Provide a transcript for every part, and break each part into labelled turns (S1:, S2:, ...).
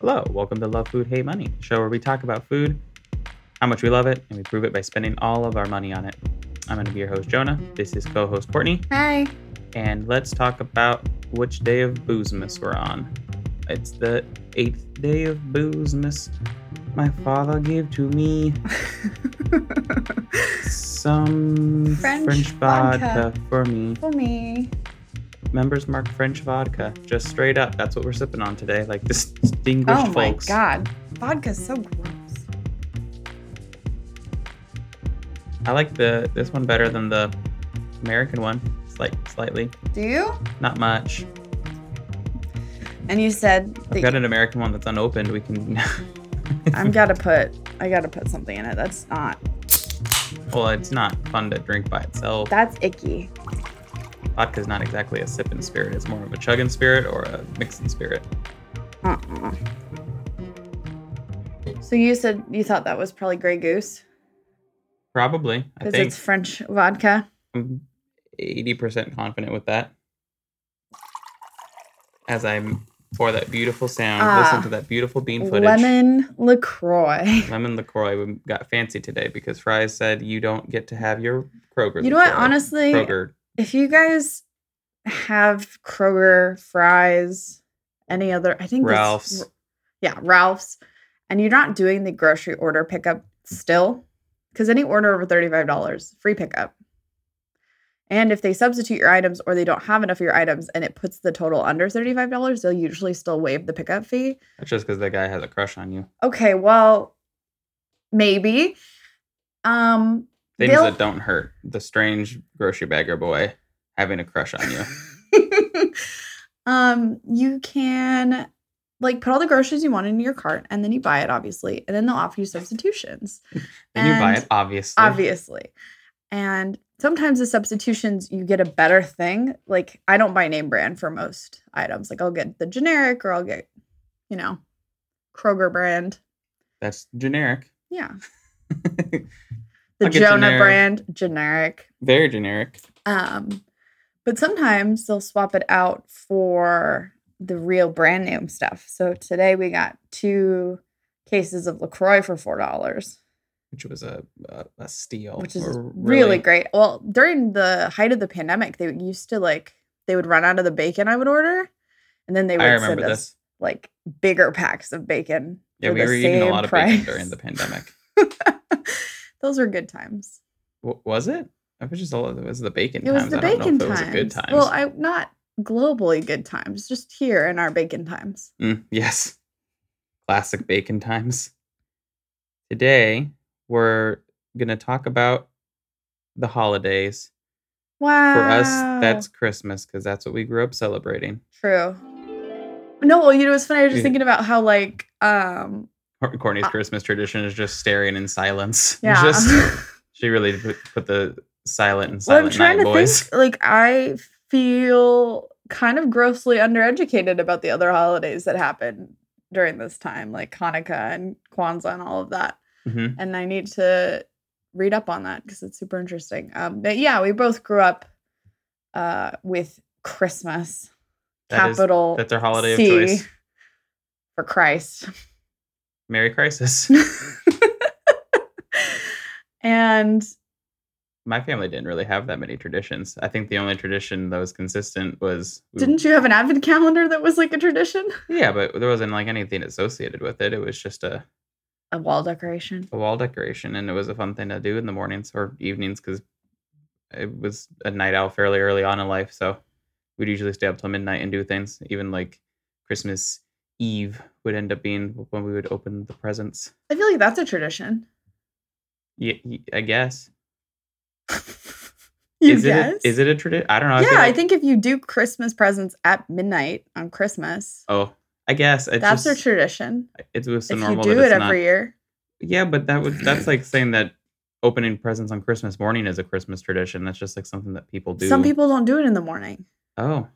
S1: Hello, welcome to Love Food, Hate Money, the show where we talk about food, how much we love it, and we prove it by spending all of our money on it. I'm going to be your host, Jonah. This is co host Courtney,
S2: Hi.
S1: and let's talk about which day of Boozmas we're on. It's the eighth day of Boozmas my father gave to me some
S2: French
S1: French, vodka.
S2: vodka.
S1: for me.
S2: For me.
S1: Members mark French vodka, just straight up. That's what we're sipping on today, like distinguished
S2: oh my
S1: folks.
S2: god. Vodka's so gross.
S1: I like the this one better than the American one. Slight, slightly,
S2: Do you?
S1: not much.
S2: And you said
S1: I've
S2: that
S1: got an American one that's unopened. We can.
S2: I'm gotta put I gotta put something in it. That's not
S1: well, it's not fun to drink by itself.
S2: that's icky.
S1: Vodka's not exactly a sipping spirit. It's more of a chugging spirit or a mixing spirit.
S2: Uh-uh. So you said you thought that was probably Grey Goose
S1: Probably. I
S2: because
S1: think
S2: it's French vodka.
S1: I'm 80% confident with that. As I pour that beautiful sound,
S2: Ah.
S1: listen to that beautiful bean footage.
S2: Lemon LaCroix.
S1: Lemon LaCroix we got fancy today because Fry said you don't get to have your Kroger.
S2: You know what?
S1: LaCroix.
S2: Honestly,
S1: Kroger.
S2: if you guys have Kroger fries, any other, I think that's-
S1: Ralph's.
S2: yeah, Ralph's, and you're not doing the grocery order pickup still, because any order over thirty-five dollars, free pickup. And if they substitute your items or they don't have enough of your items and it puts the total under $35, they'll usually still waive the pickup fee.
S1: That's just because the guy has a crush on you.
S2: Okay, well, maybe. Um,
S1: Things
S2: They'll-
S1: that don't hurt. The strange grocery bagger boy having a crush on you.
S2: um, you can like put all the groceries you want into your cart and then you buy it, obviously. And then they'll offer you substitutions,
S1: Then you buy
S2: And
S1: it, obviously.
S2: obviously. And sometimes the substitutions, you get a better thing. Like, I don't buy name brand for most items. Like, I'll get the generic or I'll get, you know, Kroger brand.
S1: That's generic.
S2: Yeah.
S1: I'll
S2: The
S1: get
S2: Jonah
S1: generic.
S2: brand, generic.
S1: Very generic.
S2: Um, but sometimes they'll swap it out for the real brand name stuff. So today we got two cases of LaCroix for four dollars,
S1: Which was a a, a steal.
S2: which is
S1: We're
S2: really, great. Well, during the height of the pandemic, they used to like they would run out of the bacon I would order, and then they
S1: I
S2: would
S1: remember
S2: send us
S1: this.
S2: like bigger packs of bacon.
S1: Yeah,
S2: for
S1: we
S2: the
S1: were eating a
S2: same
S1: lot of
S2: price.
S1: bacon during the pandemic.
S2: Those were good times.
S1: W- was it? I was just all it was the bacon
S2: It was
S1: times.
S2: the
S1: I don't
S2: bacon
S1: know if
S2: times.
S1: it was a good times.
S2: Well, I not globally good times, just here in our bacon times.
S1: Mm, yes. Classic bacon times. Today, we're going to talk about the holidays.
S2: Wow.
S1: For us, that's Christmas because that's what we grew up celebrating.
S2: true. No, well, you know, it's funny. I was just
S1: Yeah.
S2: thinking about how, like, um,
S1: Cor- Courtney's
S2: Uh,
S1: Christmas tradition is just staring in silence.
S2: yeah.
S1: Just, she really put, put the silent and
S2: well, I'm
S1: silent
S2: trying
S1: night
S2: to
S1: boys.
S2: think. Like, I feel kind of grossly undereducated about the other holidays that happen during this time, like Hanukkah and Kwanzaa and all of that.
S1: Mhm.
S2: And I need to read up on that because it's super interesting. Um, but yeah, we both grew up uh, with Christmas,
S1: That is-
S2: capital
S1: That's our holiday
S2: C
S1: of choice.
S2: for Christ.
S1: Merry Crisis.
S2: and
S1: My family didn't really have that many traditions. I think the only tradition that was consistent was we-
S2: didn't you have an advent calendar that was like a tradition?
S1: Yeah, but there wasn't like anything associated with it. It was just a,
S2: A wall decoration.
S1: a wall decoration, and it was a fun thing to do in the mornings or evenings because it was a night owl fairly early on in life. So we'd usually stay up till midnight and do things. Even like Christmas Eve would end up being when we would open the presents.
S2: I feel like that's a tradition.
S1: Yeah, I guess.
S2: You
S1: is
S2: guess?
S1: it a, is it a tradition? I don't know.
S2: yeah,
S1: feel
S2: I
S1: like-
S2: think if you do Christmas presents at midnight on Christmas,
S1: Oh, I guess it's
S2: that's
S1: just,
S2: a tradition.
S1: It's just so
S2: If you
S1: normal
S2: do
S1: that
S2: it
S1: it's
S2: every
S1: not.
S2: year,
S1: Yeah, but that would that's like saying that opening presents on Christmas morning is a Christmas tradition. That's just like something that people do.
S2: some people don't do it in the morning.
S1: Oh,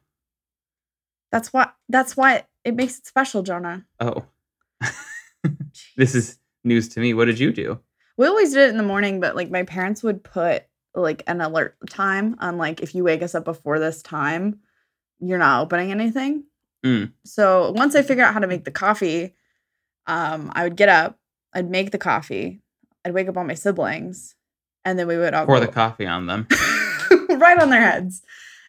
S2: That's why. That's why it makes it special, Jonah.
S1: oh, this is news to me. What did you do?
S2: We always did it in the morning, but like my parents would put like an alert time on like if you wake us up before this time, you're not opening anything.
S1: Mm.
S2: So once I figure out how to make the coffee, Um, I would get up, I'd make the coffee, I'd wake up all my siblings, and then we would all
S1: Pour
S2: go-
S1: the coffee on them.
S2: right on their heads.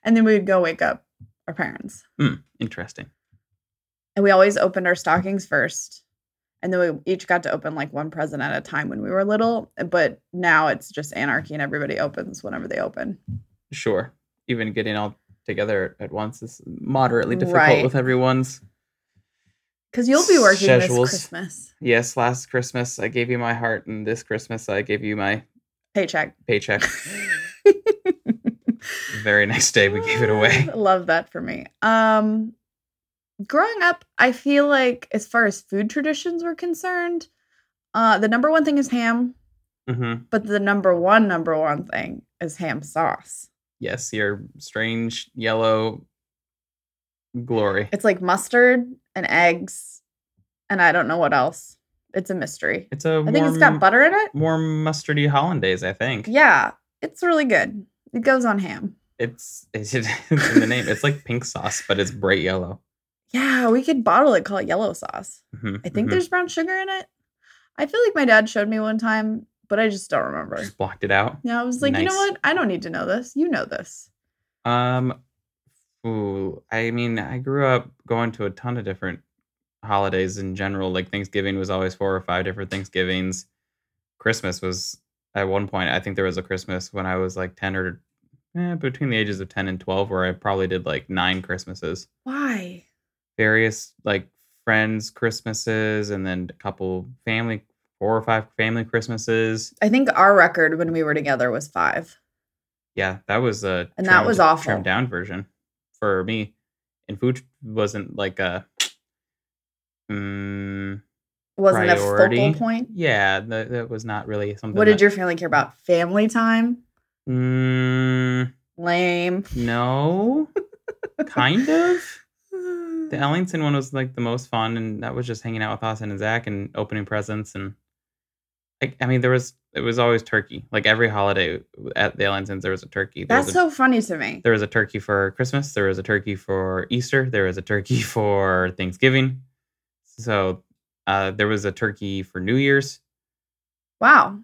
S2: And then we would go wake up our parents.
S1: Interesting.
S2: And we always opened our stockings first. And then we each got to open like one present at a time when we were little. But now it's just anarchy and everybody opens whenever they open.
S1: Sure. Even getting all together at once is moderately difficult
S2: Right.
S1: with everyone's.
S2: Because you'll be working
S1: Schedules.
S2: this Christmas
S1: Yes, last Christmas I gave you my heart, and this Christmas I gave you my
S2: paycheck.
S1: paycheck. Very next day we gave it away.
S2: Ah, Love that for me. Um growing up, I feel like as far as food traditions were concerned, uh the number one thing is ham,
S1: hmm
S2: but the number one number one thing is ham sauce.
S1: Yes, your strange yellow glory.
S2: It's like mustard and eggs and I don't know what else. It's a mystery.
S1: It's a
S2: I think it's got
S1: warm-
S2: butter in it.
S1: warm mustardy hollandaise. I think.
S2: Yeah, it's really good. It goes on ham.
S1: It's, it's in the name. It's like pink sauce, but it's bright yellow.
S2: Yeah, we could bottle it, call it yellow sauce.
S1: Mhm,
S2: I think
S1: mhm.
S2: there's brown sugar in it. I feel like my dad showed me one time, but I just don't remember.
S1: just blocked it out.
S2: Yeah, I was like, you know
S1: Nice.
S2: what? I don't need to know this. You know this.
S1: Um, ooh, I mean, I grew up going to a ton of different holidays in general. Like Thanksgiving was always four or five different Thanksgivings. Christmas was at one point. I think there was a Christmas when I was like ten or eh, between the ages of ten and twelve, where I probably did like nine Christmases,
S2: Why?
S1: various like friends' Christmases, and then a couple family, four or five family Christmases.
S2: I think our record when we were together was five.
S1: Yeah, that was a
S2: And that was awful.
S1: trimmed down version for me. And food wasn't like a mm,
S2: It wasn't a
S1: Priority.
S2: focal point.
S1: yeah, that, that was not really something.
S2: What did
S1: that-
S2: your family care about? Family time?
S1: mm,
S2: Lame.
S1: no? kind of. The Ellington one was like the most fun, and that was just hanging out with Austin and Zach and opening presents. And I, I mean, there was it was always turkey. Like every holiday at the Ellingtons, there was a turkey. There was
S2: That's
S1: a-
S2: so funny to me.
S1: there was a turkey for Christmas, there was a turkey for Easter, there was a turkey for Thanksgiving. So uh, there was a turkey for New Year's.
S2: Wow.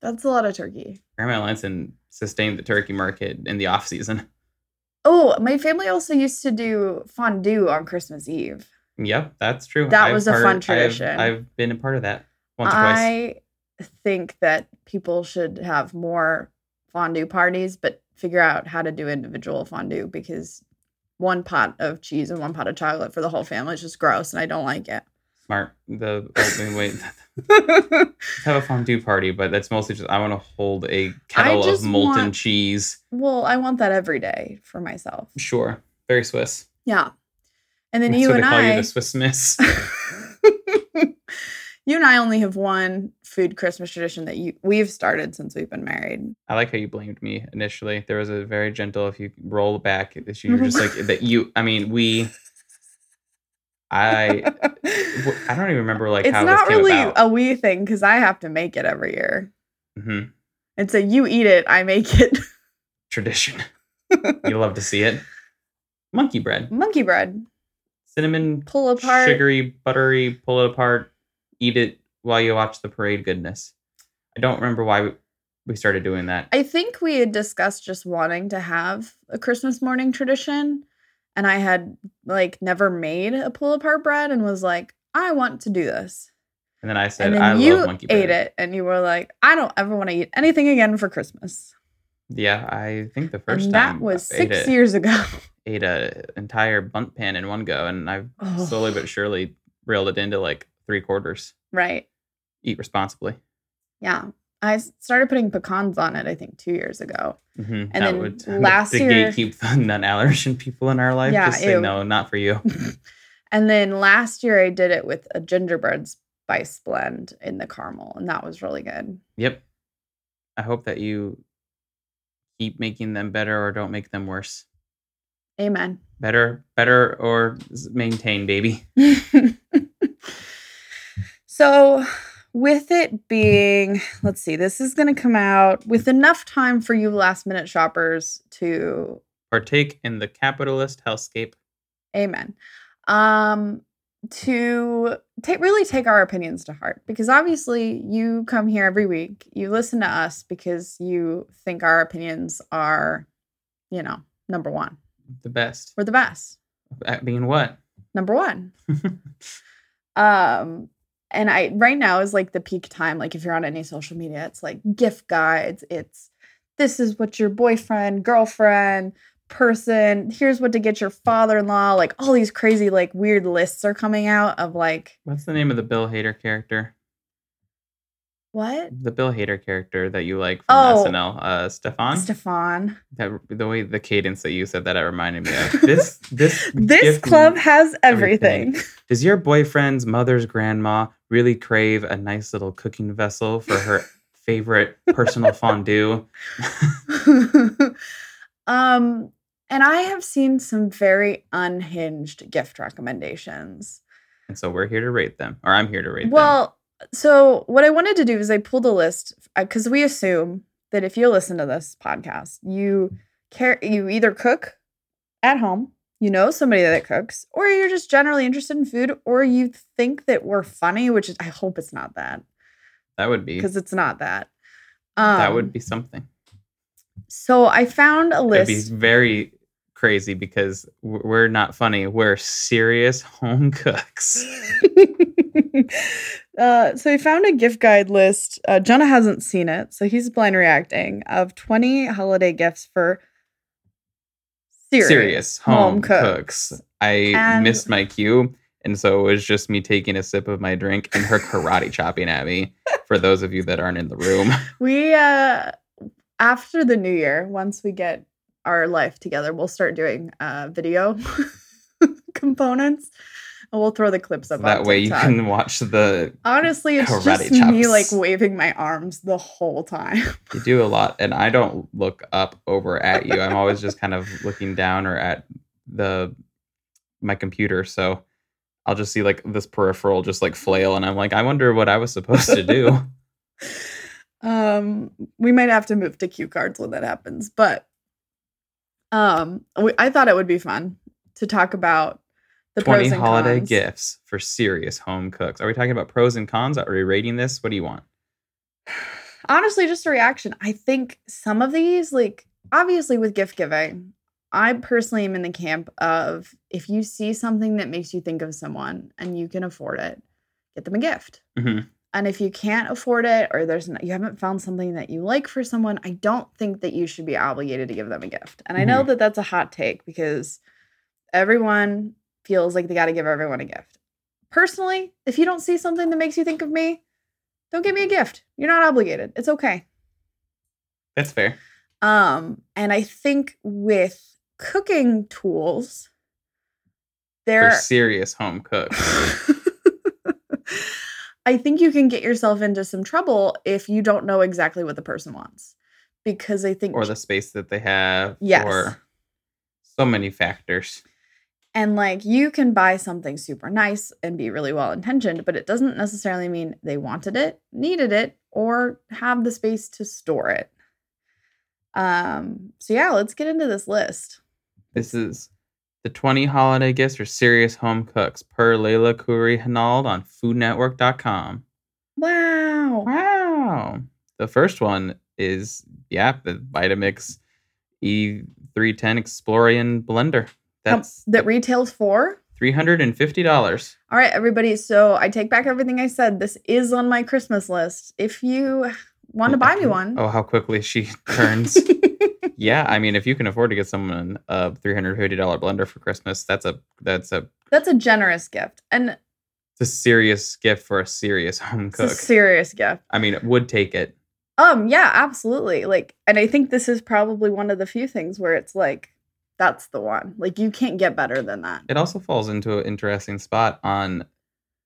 S2: That's a lot of turkey.
S1: Grandma Lanson sustained the turkey market in the off season.
S2: Oh, my family also used to do fondue on Christmas Eve.
S1: Yep, that's true.
S2: That was a fun
S1: I have-
S2: tradition.
S1: I've, been a part of that once or twice.
S2: I think that people should have more fondue parties, but figure out how to do individual fondue because one pot of cheese and one pot of chocolate for the whole family is just gross and I don't like it.
S1: Smart. The oh, wait, wait, let's have a fondue party, but that's mostly just I want to hold a kettle of
S2: just
S1: molten
S2: want-
S1: cheese.
S2: well, I want that every day for myself.
S1: Sure, very Swiss.
S2: Yeah. And then
S1: that's
S2: you
S1: what
S2: and
S1: they call
S2: I
S1: you, the Swiss Miss.
S2: you and I only have one food Christmas tradition that you we've started since we've been married.
S1: I like how you blamed me initially. There was a very gentle, if you roll back, if you were just like, that you, I mean, we, I, w- I don't even remember like
S2: it's
S1: how
S2: not
S1: this came
S2: really
S1: about.
S2: a we thing because I have to make it every year.
S1: Mhm.
S2: And so you eat it, I make it.
S1: Tradition. you love to see it. Monkey bread,
S2: Monkey bread,
S1: cinnamon,
S2: pull apart.
S1: sugary, buttery, pull it apart, eat it while you watch the parade goodness. I don't remember why we- we started doing that.
S2: I think we had discussed just wanting to have a Christmas morning tradition. And I had like never made a pull apart bread and was like, I want to do this.
S1: And then I said,
S2: And then
S1: I
S2: you
S1: love monkey bread.
S2: ate it and you were like, I don't ever want to eat anything again for Christmas.
S1: Yeah, I think the first
S2: and
S1: time
S2: that was
S1: I ate
S2: six
S1: it,
S2: years ago.
S1: ate a entire bunt pan in one go, and I've
S2: Oh,
S1: slowly but surely reeled it into like three quarters.
S2: right.
S1: Eat responsibly.
S2: Yeah. I s- started putting pecans on it, I think, two years ago.
S1: Mm-hmm. And
S2: then last
S1: to
S2: year-
S1: gatekeep the non-allergen people in our life,
S2: Yeah,
S1: just say
S2: ew.
S1: no, not for you.
S2: And then last year I did it with a gingerbread spice blend in the caramel, and that was really good.
S1: yep. I hope that you keep making them better or don't make them worse.
S2: Amen.
S1: Better, better, or s- maintain, baby.
S2: so, with it being, let's see, this is going to come out with enough time for you last minute shoppers to
S1: Partake in the capitalist hellscape.
S2: amen. Um to take really take our opinions to heart because obviously you come here every week, you listen to us because you think our opinions are, you know, number one.
S1: The best.
S2: We're the best.
S1: That being what?
S2: Number one. um and I right now is like the peak time. Like if you're on any social media, it's like gift guides, it's this is what your boyfriend, girlfriend, person, here's what to get your father-in-law, like all these crazy like weird lists are coming out of like
S1: What's the name of the Bill Hader character?
S2: what?
S1: The Bill Hader character that you like from
S2: Oh.
S1: SNL, uh, Stefan.
S2: Stefan.
S1: that the way the cadence that you said that, it reminded me of this. This
S2: This
S1: gift-
S2: club has
S1: everything.
S2: everything.
S1: Does your boyfriend's mother's grandma really crave a nice little cooking vessel for her favorite personal fondue?
S2: um, and I have seen some very unhinged gift recommendations.
S1: And so we're here to rate them, or I'm here to rate them.
S2: Well, so what I wanted to do is I pulled a list because we assume that if you listen to this podcast, you care you either cook at home, you know somebody that cooks, or you're just generally interested in food, or you think that we're funny, which is I hope it's not that
S1: That would be
S2: because it's not that. Um,
S1: that would be something.
S2: so. I found a
S1: It'd
S2: list.
S1: be very crazy because w- we're not funny. We're serious home cooks.
S2: uh, so he found a gift guide list. Uh, Jonah hasn't seen it, so he's blind reacting of 20 holiday gifts for serious,
S1: Serious, home, cooks. I
S2: And-
S1: missed my cue. And so it was just me taking a sip of my drink and her karate chopping at me. For those of you that aren't in the room,
S2: We uh, after the new year, once we get our life together, we'll start doing uh, video components, and we'll throw the clips up.
S1: that
S2: on
S1: way you
S2: TikTok.
S1: can watch the
S2: Honestly, it's
S1: karate
S2: just me
S1: chops.
S2: like waving my arms the whole time.
S1: You do a lot, and I don't look up over at you. I'm always just kind of looking down or at the my computer. So I'll just see like this peripheral just like flail, and I'm like, I wonder what I was supposed to do.
S2: Um, we might have to move to cue cards when that happens, but um, we, I thought it would be fun to talk about the
S1: Twenty
S2: pros and
S1: holiday
S2: cons.
S1: gifts for serious home cooks. Are we talking about pros and cons? Are we rating this? What do you want?
S2: Honestly, just a reaction. I think some of these, like obviously with gift giving, I personally am in the camp of if you see something that makes you think of someone and you can afford it, get them a gift.
S1: Mhm.
S2: And if you can't afford it or there's n you haven't found something that you like for someone, I don't think that you should be obligated to give them a gift. And I know that that's a hot take because everyone feels like they got to give everyone a gift. Personally, if you don't see something that makes you think of me, don't give me a gift. You're not obligated. It's okay.
S1: That's fair.
S2: Um, and I think with cooking tools, there
S1: For serious home cooks.
S2: I think you can get yourself into some trouble if you don't know exactly what the person wants. Because I think
S1: Or the space that they have.
S2: Yes.
S1: Or so many factors.
S2: and like you can buy something super nice and be really well intentioned, but it doesn't necessarily mean they wanted it, needed it, or have the space to store it. Um, so yeah, let's get into this list.
S1: This is the 20 holiday gifts for serious home cooks per Layla Khoury Hinault on foodnetwork.com.
S2: Wow.
S1: Wow. The first one is, yeah, the Vitamix E310 Explorian blender.
S2: How-
S1: That's
S2: that retails for.
S1: $350.
S2: All right, everybody. So I take back everything I said. This is on my Christmas list. If you want to buy me one,
S1: Oh, how quickly she turns. yeah, I mean, if you can afford to get someone a $350 blender for Christmas, that's a that's a,
S2: that's a generous gift and
S1: it's a serious gift for a serious home
S2: it's
S1: cook.
S2: a serious gift.
S1: I mean, would take it.
S2: Um, yeah, absolutely. Like, and I think this is probably one of the few things where it's like, that's the one. Like, you can't get better than that.
S1: It also falls into an interesting spot on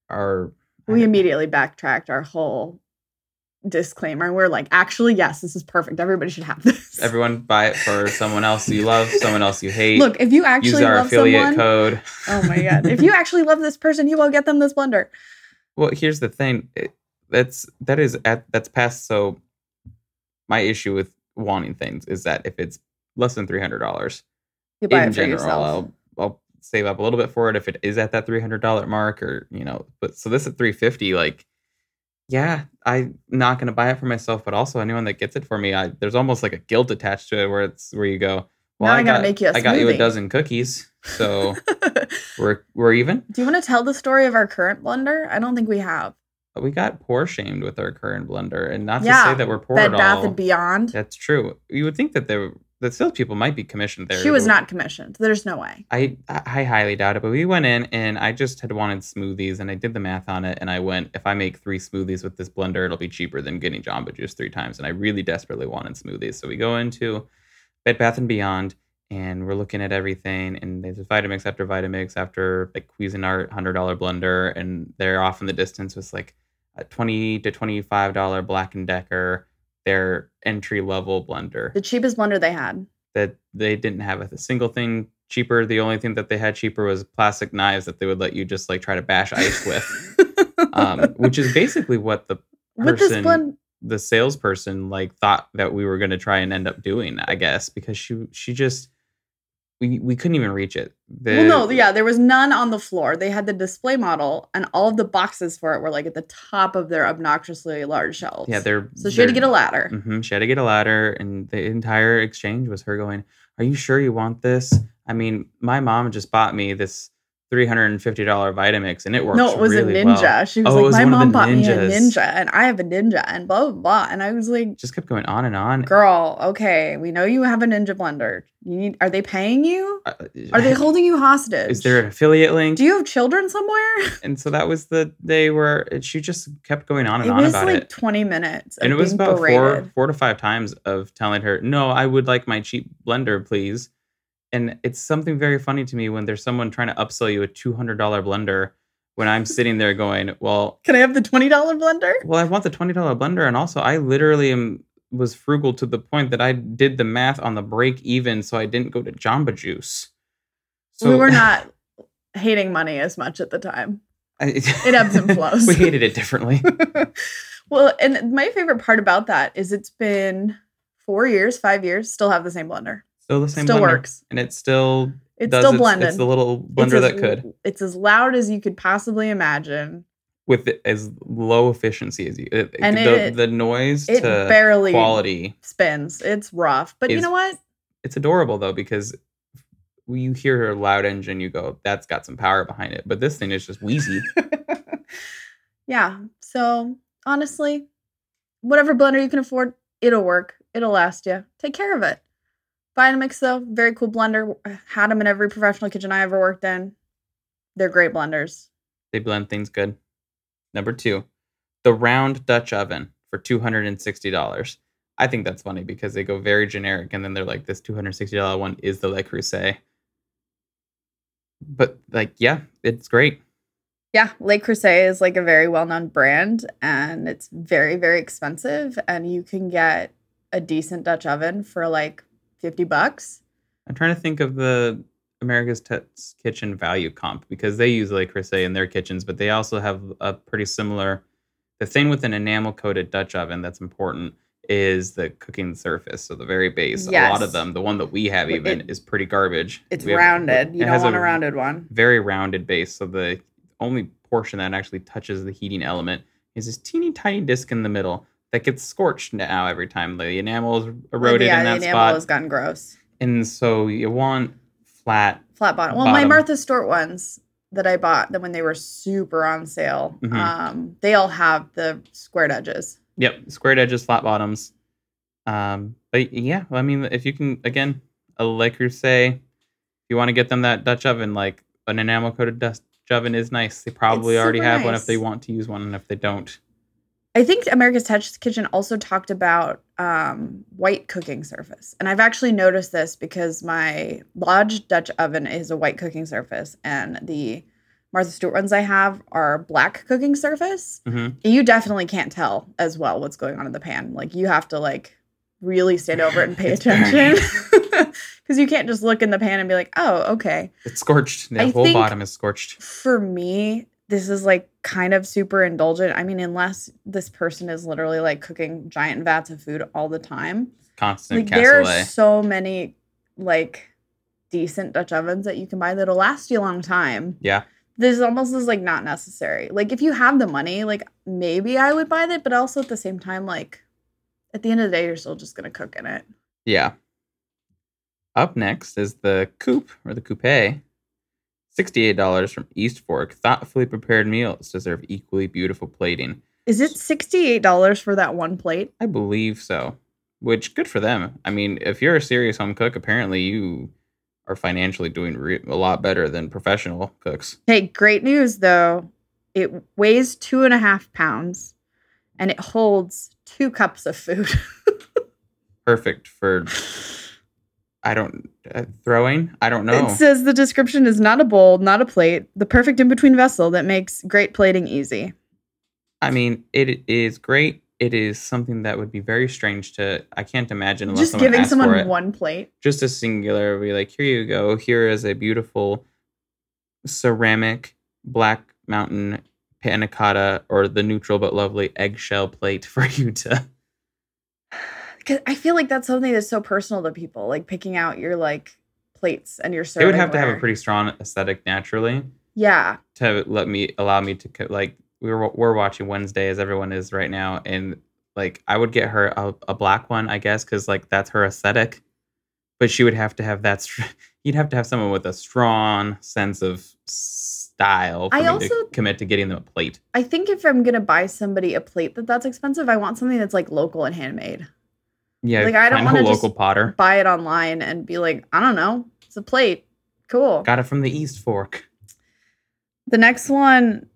S1: our. I
S2: We
S1: don't-
S2: immediately backtracked our whole disclaimer. We're like, actually, yes, this is perfect. Everybody should have this.
S1: Everyone buy it for someone else you love, someone else you hate.
S2: Look, if you
S1: use
S2: actually
S1: our
S2: love
S1: affiliate
S2: someone,
S1: code.
S2: oh my god, if you actually love this person, you will get them this blender.
S1: Well, here's the thing. It, that's that is at that's past. So, my issue with wanting things is that if it's less than three hundred dollars
S2: You buy
S1: in
S2: it for
S1: general,
S2: yourself.
S1: I'll I'll save up a little bit for it if it is at that three hundred dollar mark, or you know. But so this at three fifty, like, yeah, I'm not gonna buy it for myself, but also anyone that gets it for me, I there's almost like a guilt attached to it where it's where you go. Well,
S2: Now
S1: I,
S2: I gotta
S1: got,
S2: make you a
S1: I got you a
S2: smoothie."
S1: dozen cookies, so we're we're even.
S2: Do you want to tell the story of our current blender? I don't think we have.
S1: We got poor shamed with our current blender, and not to
S2: Yeah,
S1: say that we're poor
S2: Bed
S1: at
S2: Bath
S1: all.
S2: and Beyond.
S1: That's true. You would think that there that salespeople might be commissioned there.
S2: she was
S1: but
S2: not commissioned. There's no way.
S1: I I highly doubt it, but we went in and I just had wanted smoothies and I did the math on it and I went if I make three smoothies with this blender, it'll be cheaper than getting Jamba Juice three times. And I really desperately wanted smoothies, so we go into Bed Bath and Beyond and we're looking at everything and there's Vitamix after Vitamix after like Cuisinart hundred dollar blender and they're off in the distance was like a twenty to twenty five dollar Black and Decker, their entry level blender
S2: The cheapest blender they had.
S1: that they didn't have a single thing cheaper. The only thing that they had cheaper was plastic knives that they would let you just like try to bash ice with, um, which is basically what the
S2: with this
S1: person-
S2: blend,
S1: the salesperson like thought that we were going to try and end up doing, I guess, because she she just we we couldn't even reach it. The,
S2: well, no, yeah, there was none on the floor. They had the display model, and all of the boxes for it were like at the top of their obnoxiously large shelves.
S1: yeah, they're
S2: so she had to
S1: they're-
S2: get a ladder.
S1: hmm She had to get a ladder, and the entire exchange was her going, "Are you sure you want this?" I mean, my mom just bought me this three hundred and fifty dollar Vitamix, and it works.
S2: No, it was
S1: really
S2: a
S1: well."
S2: ninja. She was
S1: Oh, it
S2: like,
S1: was
S2: my
S1: one of the
S2: mom bought me a
S1: ninjas."
S2: ninja, and I have a ninja, and blah blah blah. And I was like,
S1: Just kept going on and on.
S2: girl, okay, we know you have a ninja blender. You need. Are they paying you?
S1: Uh,
S2: Are they holding you hostage?
S1: Is there an affiliate link?
S2: Do you have children somewhere?
S1: and so that was the day where it, she just kept going on and
S2: It
S1: on
S2: was
S1: about
S2: like
S1: it.
S2: 20 minutes. Of
S1: And it was
S2: being
S1: about
S2: berated.
S1: four, four to five times of telling her, "No, I would like my cheap blender, please." And it's something very funny to me when there's someone trying to upsell you a two hundred dollar blender when I'm sitting there going, "Well,
S2: Can I have the $20 blender?
S1: Well, I want the twenty dollar blender, and also I literally am was frugal to the point that I did the math on the break even, so I didn't go to Jamba Juice.
S2: we were not hating money as much at the time.
S1: it
S2: ebbs and flows.
S1: we hated it differently.
S2: well, and my favorite part about that is it's been four years, five years, still have the same blender.
S1: Still the same.
S2: still
S1: blender.
S2: works.
S1: and it still
S2: It's
S1: does
S2: still
S1: its-
S2: blended.
S1: It's the little blender
S2: as-
S1: that could
S2: It's as loud as you could possibly imagine.
S1: with the- as low efficiency as you. It,
S2: And
S1: the,
S2: it-
S1: the noise
S2: It
S1: to
S2: barely
S1: quality.
S2: spins. It's rough. But you
S1: is-
S2: know what?
S1: It's adorable though because. when You hear a loud engine, you go, "That's got some power behind it." But this thing is just wheezy.
S2: yeah. So honestly, whatever blender you can afford, it'll work. It'll last you. Take care of it. Vitamix though, very cool blender. Had them in every professional kitchen I ever worked in. They're great blenders.
S1: They blend things good. Number two, the round Dutch oven for two hundred and sixty dollars. I think that's funny because they go very generic, and then they're like, "This two hundred sixty dollar one is the Le Creuset." But like, yeah, it's great.
S2: Yeah, Le Creuset is like a very well-known brand, and it's very, very expensive. And you can get a decent Dutch oven for like fifty bucks.
S1: I'm trying to think of the America's Test Kitchen value comp because they use Le Creuset E in their kitchens, but they also have a pretty similar. The thing with an enamel coated Dutch oven that's important is the cooking surface, so the very base. A lot
S2: Yes.
S1: of them, the one that we have
S2: It-
S1: even, is pretty garbage.
S2: It's
S1: We have-
S2: rounded. You
S1: it
S2: don't
S1: has
S2: want a
S1: a
S2: rounded one.
S1: Very rounded base, so the only portion that actually touches the heating element is this teeny tiny disc in the middle that gets scorched now every time the enamel is eroded
S2: yeah,
S1: in that
S2: the enamel
S1: spot.
S2: has gotten gross.
S1: and so you want flat
S2: flat bottom. Well, my
S1: Bottom.
S2: Martha Stewart ones that I bought that when they were super on sale,
S1: Mhm.
S2: um, they all have the squared edges.
S1: Yep, squared edges, flat bottoms. Um, but yeah, well, I mean, if you can, again, uh, a Le Creuset, if you want to get them that Dutch oven, like an enamel coated Dutch oven is nice. They probably
S2: It's
S1: already
S2: super
S1: have one if
S2: nice.
S1: they want to use one, and if they don't,
S2: I think America's Touch Kitchen also talked about um, white cooking surface, and I've actually noticed this because my Lodge Dutch oven is a white cooking surface, and the Martha Stewart ones I have are black cooking surface.
S1: Mhm.
S2: You definitely can't tell as well what's going on in the pan. Like you have to like really stand over it and pay
S1: It's
S2: attention because you can't just look in the pan and be like, "Oh, okay."
S1: it's scorched. The
S2: I
S1: whole
S2: think-
S1: bottom is scorched.
S2: for me, this is like kind of super indulgent. I mean, unless this person is literally like cooking giant vats of food all the time.
S1: Constant
S2: like there are
S1: cassoulet.
S2: so many like decent Dutch ovens that you can buy that'll last you a long time.
S1: Yeah.
S2: This almost is like not necessary. Like if you have the money, like maybe I would buy that, but also at the same time, like at the end of the day, you're still just gonna cook in it.
S1: Yeah. Up next is the coupe or the coupe. $68 from East Fork. Thoughtfully prepared meals deserve equally beautiful plating.
S2: Is it sixty-eight dollars for that one plate?
S1: I believe so. Which good for them. I mean, if you're a serious home cook, apparently you are financially doing re- a lot better than professional cooks.
S2: Hey, great news though. It weighs two and a half pounds and it holds two cups of food.
S1: Perfect for I don't uh, throwing. I don't know.
S2: It says the description is not a bowl, not a plate, the perfect in between vessel that makes great plating easy.
S1: I mean, it is great. It is something that would be very strange to. I can't imagine unless
S2: just
S1: someone
S2: giving
S1: asked for
S2: someone
S1: it.
S2: one plate.
S1: Just a singular would be like, here you go. Here is a beautiful ceramic black mountain panna cotta or the neutral but lovely eggshell plate for you to.
S2: Because I feel like that's something that's so personal to people, like picking out your like plates and your
S1: They
S2: serving.
S1: would have to have a
S2: order.
S1: pretty strong aesthetic naturally
S2: yeah.
S1: to let me allow me to co- like we were we're watching Wednesday as everyone is right now and like I would get her a, a black one I guess because like that's her aesthetic, but she would have to have that. Str- you'd have to have someone with a strong sense of style. For
S2: I
S1: me to
S2: also-
S1: commit to getting them a plate.
S2: I think if I'm gonna buy somebody a plate that that's expensive, I want something that's like local and handmade.
S1: Yeah,
S2: Like, I don't
S1: find
S2: wanna
S1: a local
S2: just-
S1: potter.
S2: Buy it online and be like, I don't know, it's a plate. Cool.
S1: Got it from the East Fork.
S2: The next one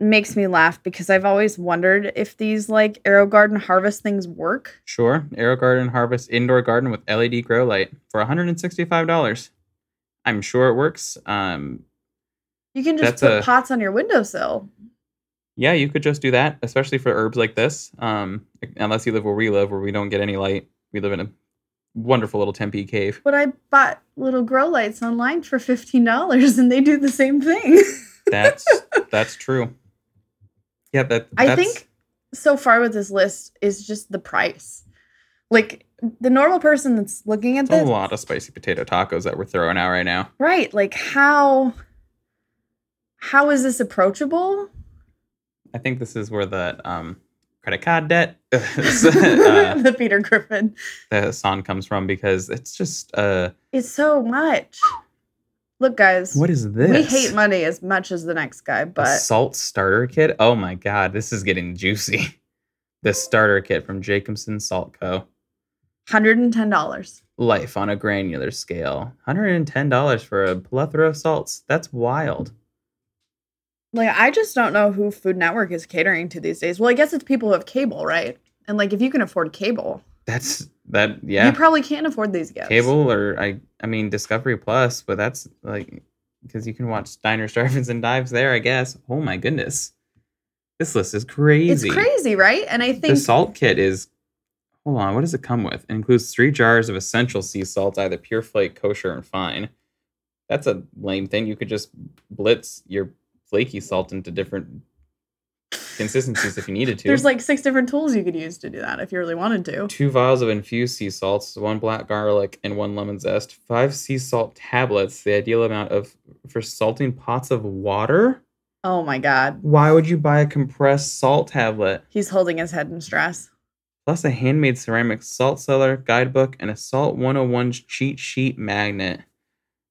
S2: makes me laugh because I've always wondered if these like Arrow Garden harvest things work.
S1: Sure. Arrow Garden Harvest Indoor Garden with LED grow light for $165. I'm sure it works. Um,
S2: You can just
S1: That's
S2: put
S1: a-
S2: pots on your windowsill.
S1: yeah, you could just do that, especially for herbs like this. Um, unless you live where we live, where we don't get any light. We live in a wonderful little Tempe cave.
S2: But I bought little grow lights online for fifteen dollars and they do the same thing.
S1: That's that's true. Yeah, that
S2: I
S1: that's-
S2: think so far with this list is just the price. Like the normal person that's looking at
S1: it's a
S2: this
S1: lot of spicy potato tacos that we're throwing out right now.
S2: right, like how how is this approachable?
S1: I think this is where the um, credit card debt. uh,
S2: the Peter Griffin.
S1: the song comes from because it's just uh
S2: It's so much. Look, guys,
S1: what is this?
S2: we hate money as much as the next guy,
S1: The
S2: but
S1: salt starter kit. Oh my god, this is getting juicy. The starter kit from Jacobson Salt Co.
S2: hundred and ten dollars.
S1: Life on a granular scale. $110 for a plethora of salts. That's wild.
S2: Like I just don't know who Food Network is catering to these days. Well, I guess it's people who have cable, right? And like if you can afford cable,
S1: That's that
S2: you
S1: yeah.
S2: probably can't afford these gifts.
S1: Cable or I I mean Discovery Plus, but that's like because you can watch Diners, Starvins, and Dives there, I guess. Oh my goodness. This list is crazy.
S2: It's crazy, right? And I
S1: The
S2: think
S1: salt kit is. Hold on, what does it come with? It includes three jars of essential sea salts, either pure flake, kosher, and fine. That's a lame thing. You could just blitz your flaky salt into different consistencies if you needed to.
S2: there's like six different tools you could use to do that if you really wanted to.
S1: two vials of infused sea salts, one black garlic, and one lemon zest. Five sea salt tablets, the ideal amount of for salting pots of water.
S2: Oh my god.
S1: Why would you buy a compressed salt tablet?
S2: He's holding his head in stress.
S1: plus a handmade ceramic salt cellar, guidebook, and a Salt 101's cheat sheet magnet.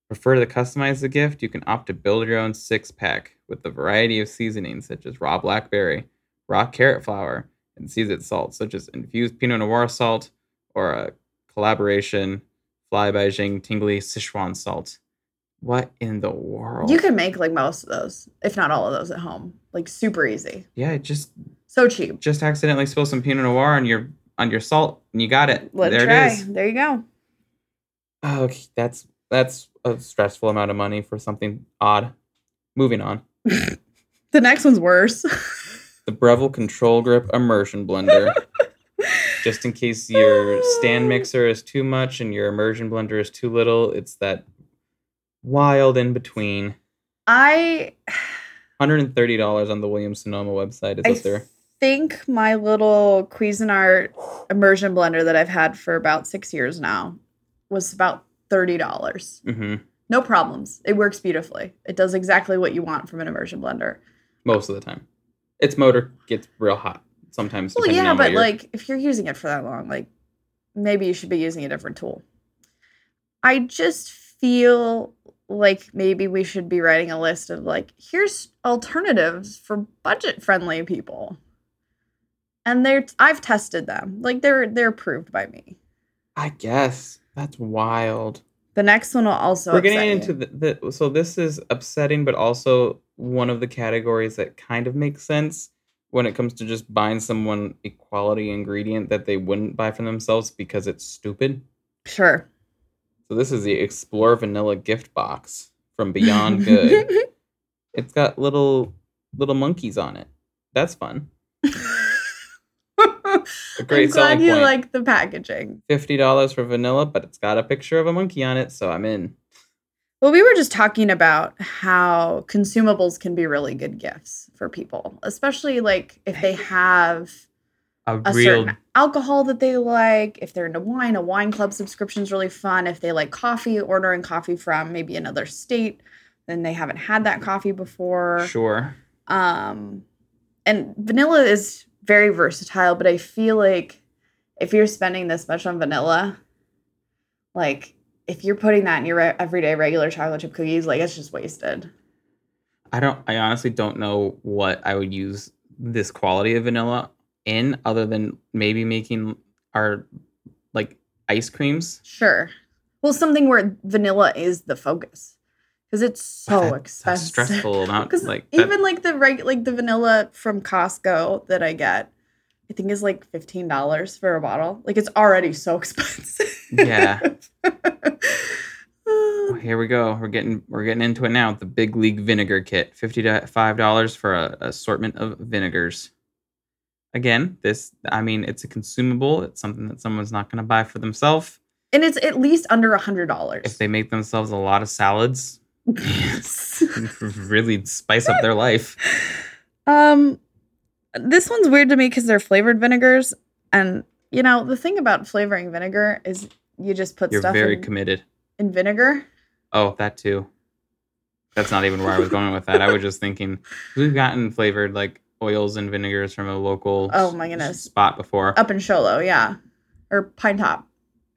S1: Prefer to customize the gift? You can opt to build your own six pack with a variety of seasonings such as raw blackberry, raw carrot flour, and seasoned salts such as infused Pinot Noir salt or a collaboration Fly Beijing Tingly Sichuan salt. What in the world?
S2: You can make like most of those, if not all of those at home. Like super easy.
S1: yeah, just
S2: So cheap.
S1: just accidentally spill some Pinot Noir on your on your salt, and you got it.
S2: Let
S1: there
S2: it try.
S1: it is.
S2: There you go.
S1: Oh, okay. That's that's a stressful amount of money for something odd. Moving on.
S2: The next one's worse.
S1: The Breville Control Grip Immersion Blender. Just in case your stand mixer is too much and your immersion blender is too little, it's that wild in between.
S2: I
S1: $130 on the Williams Sonoma website is
S2: I
S1: what they're
S2: think my little Cuisinart immersion blender that I've had for about six years now was about $30.
S1: hmm
S2: No problems. It works beautifully. It does exactly what you want from an immersion blender.
S1: Most of the time, its motor gets real hot sometimes.
S2: Well,
S1: depending
S2: yeah,
S1: on what
S2: but
S1: you're-
S2: like if you're using it for that long, like maybe you should be using a different tool. I just feel like maybe we should be writing a list of like here's alternatives for budget friendly people. And they're I've tested them. Like they're they're approved by me.
S1: I guess that's wild.
S2: The next one will also
S1: We're getting
S2: upset
S1: into
S2: you.
S1: the, the so this is upsetting, but also one of the categories that kind of makes sense when it comes to just buying someone a quality ingredient that they wouldn't buy for themselves because it's stupid.
S2: Sure.
S1: So this is the Explore Vanilla gift box from Beyond Good. it's got little little monkeys on it. That's fun. A great
S2: I'm glad
S1: selling
S2: you
S1: point.
S2: like the packaging.
S1: Fifty dollars for vanilla, but it's got a picture of a monkey on it, so I'm in.
S2: Well, we were just talking about how consumables can be really good gifts for people, especially like if they have a certain alcohol that they like, if they're into wine, a wine club subscription's really fun. If they like coffee, ordering coffee from maybe another state, then they haven't had that coffee before.
S1: sure.
S2: Um, and vanilla is very versatile, but I feel like if you're spending this much on vanilla, like if you're putting that in your re- everyday regular chocolate chip cookies, like it's just wasted.
S1: I don't. I honestly don't know what I would use this quality of vanilla in, other than maybe making our like ice creams.
S2: Sure. Well, something where vanilla is the focus because it's
S1: But
S2: so
S1: that's a
S2: expensive.
S1: stressful amount.
S2: Because
S1: Like that-
S2: even like the reg- like the vanilla from Costco that I get, I think is like fifteen dollars for a bottle. Like it's already so expensive.
S1: Yeah.
S2: Uh,
S1: Oh, here we go. We're getting we're getting into it now. The Big League Vinegar Kit, fifty five dollars for a assortment of vinegars. Again, this I mean, it's a consumable. It's something that someone's not going to buy for themselves.
S2: and it's at least under a hundred dollars.
S1: If they make themselves a lot of salads, really spice up their life.
S2: um, this one's weird to me because they're flavored vinegars, and you know the thing about flavoring vinegar is you just put
S1: You're
S2: stuff
S1: very
S2: in,
S1: committed.
S2: in vinegar.
S1: Oh, that too. That's not even where I was going with that. I was just thinking we've gotten flavored like oils and vinegars from a local
S2: Oh my
S1: s-
S2: goodness. Oh,
S1: spot before.
S2: up in Sholo, yeah, or Pine Top,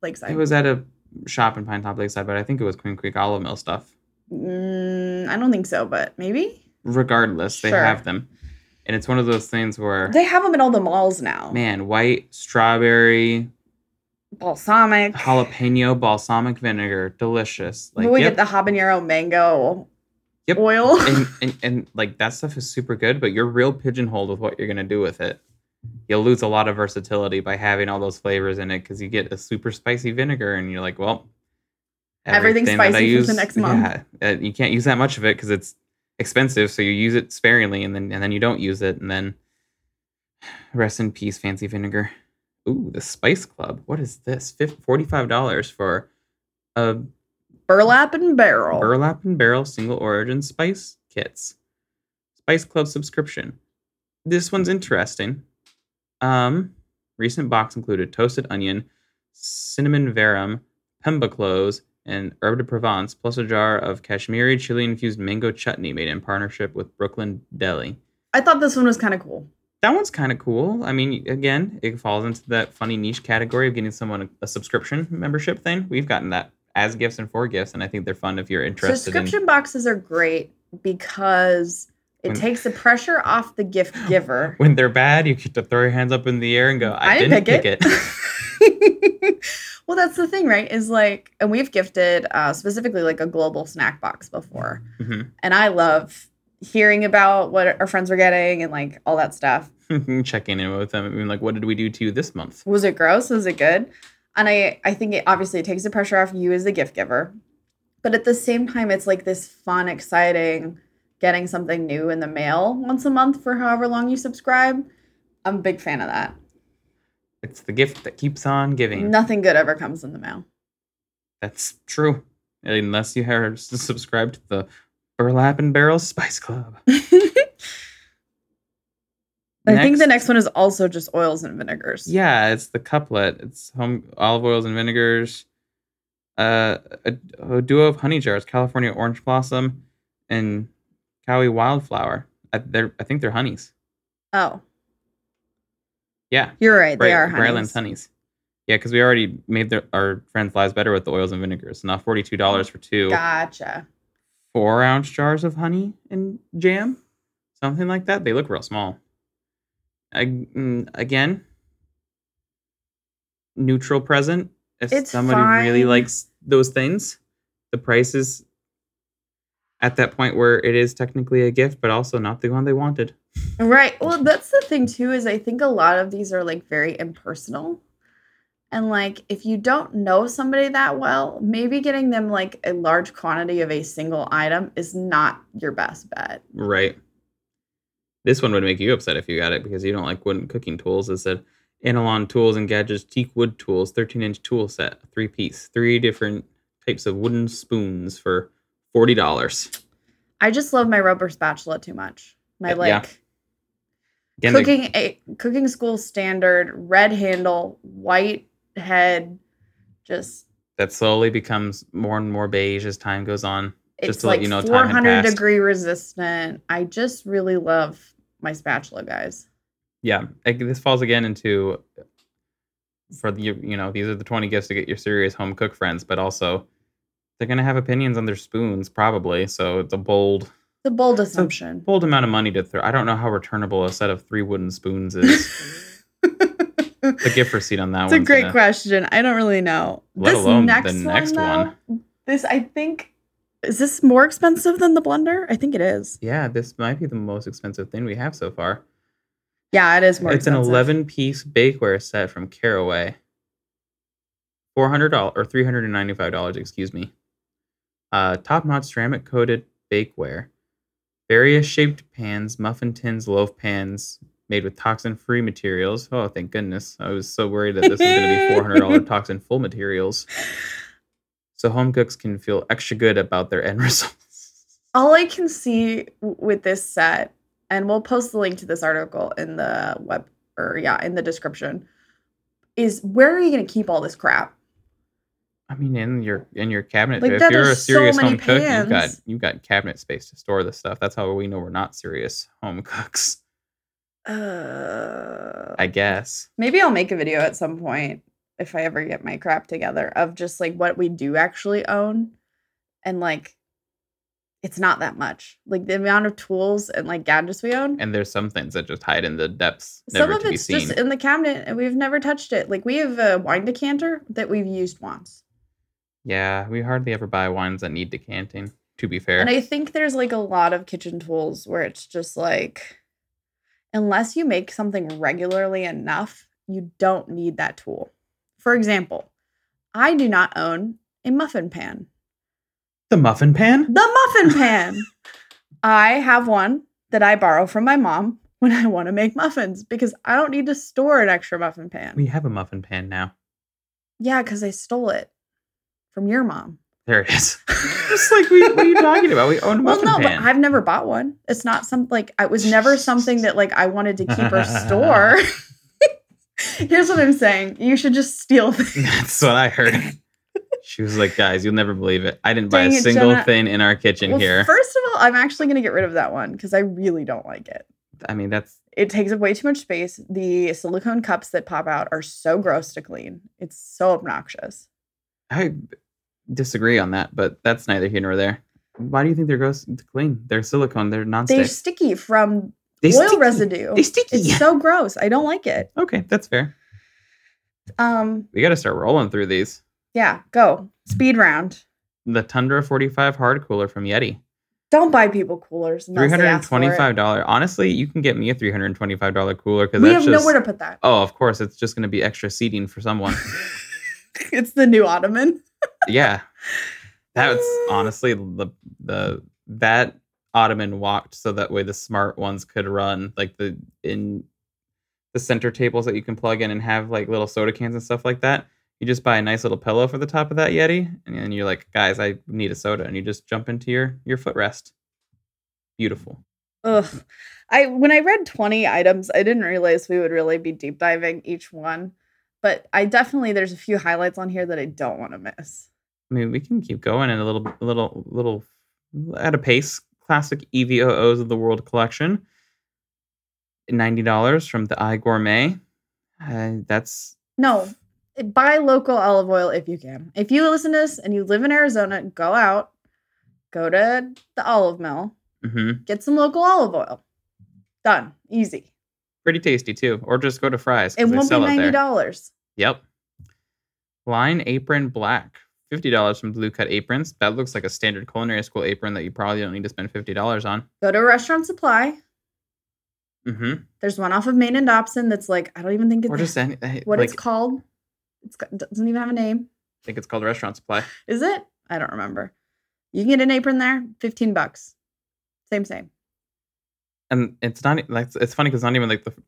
S2: Lakeside.
S1: It was at a shop in Pine Top Lakeside, but I think it was Queen Creek Olive Mill stuff.
S2: Mm, I don't think so, but maybe
S1: Regardless, they
S2: Sure.
S1: have them, and it's one of those things where
S2: they have them in all the malls now.
S1: man, white strawberry
S2: Balsamic.
S1: jalapeno balsamic vinegar, delicious.
S2: But we
S1: yep,
S2: get the habanero mango
S1: Yep.
S2: oil.
S1: and, and and like that stuff is super good, but you're real pigeonholed with what you're gonna do with it. You'll lose a lot of versatility by having all those flavors in it because you get a super spicy vinegar, and you're like, well,
S2: Everything's
S1: everything that I
S2: spicy for the next month.
S1: Yeah, uh, you can't use that much of it because it's expensive, so you use it sparingly, and then and then you don't use it, and then rest in peace, fancy vinegar. Ooh, the Spice Club. What is this? Forty five dollars for a
S2: Burlap and barrel.
S1: Burlap and Barrel Single Origin Spice Kits. Spice Club subscription. This one's interesting. Um, recent box included toasted onion, cinnamon verum, pemba cloves, and herb de Provence, plus a jar of Kashmiri chili infused mango chutney made in partnership with Brooklyn Deli.
S2: I thought this one was kind of cool.
S1: That one's kind of cool. I mean, again, it falls into that funny niche category of getting someone a, a subscription membership thing. We've gotten that as gifts and for gifts, and I think they're fun if you're interested. in-
S2: Subscription boxes are great because it
S1: When-
S2: takes the pressure off the gift giver.
S1: when they're bad, you get to throw your hands up in the air and go, I, didn't pick, it.
S2: well, that's the thing, right? Is like, and we've gifted uh, specifically like a global snack box before, and I love hearing about what our friends were getting and like all that stuff.
S1: Mhm. Checking in with them. I mean, like, what did we do to you this month?
S2: Was it gross? Was it good? And I, I think it obviously takes the pressure off you as the gift giver, but at the same time, it's like this fun, exciting, getting something new in the mail once a month for however long you subscribe. I'm a big fan of that.
S1: It's the gift that keeps on giving.
S2: Nothing good ever comes in the mail.
S1: That's true. Unless you are s- subscribed to the Burlap and Barrel Spice Club.
S2: I think the next one is also just oils and vinegars.
S1: Yeah, it's the couplet. It's home olive oils and vinegars. uh, a, a duo of honey jars, California orange blossom and Cowie wildflower. I, they're, I think they're honeys.
S2: Oh,
S1: Yeah,
S2: you're right. They
S1: Bra-
S2: are
S1: Bryland's
S2: honeys.
S1: honeys. Yeah, because we already made their, our friends' lives better with the oils and vinegars. Now forty two dollars for two
S2: Gotcha.
S1: four ounce jars of honey and jam, something like that. They look real small. I, mm, again, neutral present. If
S2: It's
S1: somebody really
S2: fine.
S1: likes those things, the price is at that point where it is technically a gift, but also not the one they wanted.
S2: Right. Well, that's the thing too is I think a lot of these are like very impersonal. And like if you don't know somebody that well, maybe getting them like a large quantity of a single item is not your best bet.
S1: Right. This one would make you upset if you got it because you don't like wooden cooking tools. It said Anilon Tools and Gadgets Teak Wood Tools 13 inch tool set, three piece, three different types of wooden spoons for $40.
S2: I just love my rubber spatula too much. My
S1: Uh, yeah.
S2: like
S1: Again, they-
S2: cooking a cooking school standard red handle, white head, just
S1: that slowly becomes more and more beige as time goes on.
S2: it's
S1: Just to let
S2: like
S1: you know time had
S2: 400
S1: passed.
S2: degree resistant. I just really love my spatula, guys.
S1: Yeah, like, this falls again into uh, for the you know these are the 20 gifts to get your serious home cook friends, but also they're gonna have opinions on their spoons probably. So it's a bold
S2: The bold assumption.
S1: bold amount of money to throw. I don't know how returnable a set of three wooden spoons is. the gift receipt on that
S2: It's
S1: one.
S2: a great question. I don't really know.
S1: Let
S2: this
S1: alone
S2: next
S1: the next
S2: one,
S1: one.
S2: though, This I think is this more expensive than the blender? I think it is.
S1: Yeah, this might be the most expensive thing we have so far.
S2: Yeah, it is more.
S1: it's
S2: expensive.
S1: an 11 piece bakeware set from Caraway. $400 or $395, excuse me. Uh, Top notch ceramic coated bakeware. Various shaped pans, muffin tins, loaf pans made with toxin free materials. Oh, thank goodness. I was so worried that this was going to be $400 toxin full materials. So home cooks can feel extra good about their end results.
S2: All I can see w- with this set, and we'll post the link to this article in the web or yeah in the description, is where are you going to keep all this crap?
S1: I mean, in your in your cabinet.
S2: Like,
S1: if
S2: that
S1: you're a
S2: is so
S1: serious
S2: many
S1: home cook, you've got
S2: pans.
S1: you've got cabinet space to store this stuff. That's how we know we're not serious home cooks.
S2: Uh,
S1: I guess.
S2: Maybe I'll make a video at some point if I ever get my crap together of just like what we do actually own and like it's not that much. Like the amount of tools and like gadgets we own.
S1: And there's some things that just hide in the depths,
S2: some
S1: never
S2: of
S1: to be
S2: it's
S1: seen.
S2: just in the cabinet and we've never touched it. Like we have a wine decanter that we've used once.
S1: yeah, we hardly ever buy wines that need decanting. To be fair,
S2: And I think there's like a lot of kitchen tools where it's just like unless you make something regularly enough, you don't need that tool. For example, I do not own a muffin pan.
S1: the muffin pan.
S2: The muffin pan. I have one that I borrow from my mom when I want to make muffins because I don't need to store an extra muffin pan.
S1: We have a muffin pan now.
S2: yeah, because I stole it from your mom.
S1: There it is. it's like, we, what are you talking about? We own a
S2: Well,
S1: muffin
S2: no,
S1: pan.
S2: but I've never bought one. It's not some like it was never something that like I wanted to keep or store. Here's what I'm saying: you should just steal. things.
S1: That's what I heard. She was like, "Guys, you'll never believe it. I didn't buy
S2: Dang
S1: a
S2: it,
S1: single
S2: Jenna.
S1: thing in our kitchen
S2: Well,
S1: here.
S2: first of all, I'm actually gonna get rid of that one because I really don't like it.
S1: I mean, that's
S2: it takes up way too much space. The silicone cups that pop out are so gross to clean. It's so obnoxious.
S1: I disagree on that, but that's neither here nor there. Why do you think they're gross to clean? They're silicone. They're
S2: They're
S1: nonstick.
S2: sticky from
S1: They
S2: oil
S1: sticky.
S2: residue.
S1: They sticky.
S2: It's so gross. I don't like it.
S1: okay, that's fair.
S2: Um,
S1: We got to start rolling through these.
S2: yeah, go. Speed round.
S1: The Tundra 45 hard cooler from Yeti,
S2: Don't buy people coolers.
S1: three
S2: unless they
S1: hundred and
S2: ask for it.
S1: twenty-five dollar. Honestly, you can get me a three hundred and twenty-five dollar cooler because
S2: We
S1: that's
S2: have
S1: just.
S2: nowhere to put that.
S1: Oh, of course, it's just going to be extra seating for someone.
S2: it's the new ottoman.
S1: yeah, that's
S2: Uh.
S1: honestly the the that ottoman walked so that way the smart ones could run like the in the center tables that you can plug in and have like little soda cans and stuff like that. You just buy a nice little pillow for the top of that Yeti, and then you're like, guys, I need a soda, and you just jump into your your footrest. Beautiful.
S2: Ugh. I when I read 20 items, I didn't realize we would really be deep diving each one. But I definitely there's a few highlights on here that I don't want to miss.
S1: I mean, we can keep going in a little, a little, little at a pace. Classic E EVOOs of the World collection. Ninety dollars from the I Gourmet. Uh, that's
S2: No, buy local olive oil if you can. If you listen to this and you live in Arizona, go out, go to the olive mill,
S1: hmm
S2: get some local olive oil. Done. Easy.
S1: pretty tasty too. Or just go to Fry's. 'cause
S2: It
S1: they
S2: won't be
S1: sell
S2: ninety
S1: there.
S2: dollars.
S1: Yep. Line apron black. Fifty dollars from Blue Cut Aprons. That looks like a standard culinary school apron that you probably don't need to spend fifty dollars on.
S2: Go to Restaurant Supply.
S1: hmm
S2: There's one off of Main and Dobson that's like I don't even think it's
S1: Or just any, eh,
S2: what
S1: like,
S2: it's called. It's got- doesn't even have a name.
S1: I think it's called Restaurant Supply.
S2: Is it? I don't remember. You can get an apron there, fifteen bucks. Same same.
S1: And it's not e- like it's- it's funny because it's not even like the f-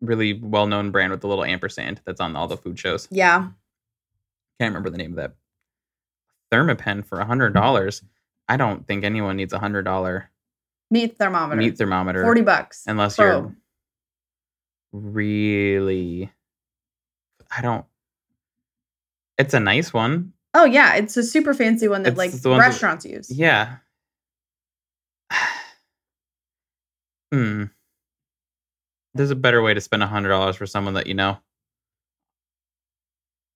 S1: really well-known brand with the little ampersand that's on all the food shows.
S2: Yeah.
S1: Can't remember the name of that. Thermapen for hundred dollars. I don't think anyone needs a hundred dollar
S2: Meat thermometer.
S1: meat thermometer.
S2: Forty bucks.
S1: unless
S2: Pro.
S1: you're really i don't it's a nice one
S2: Oh yeah, it's a super fancy one that
S1: It's
S2: like
S1: the ones that-
S2: restaurants use.
S1: yeah hmm there's a better way to spend a hundred dollars for someone that you know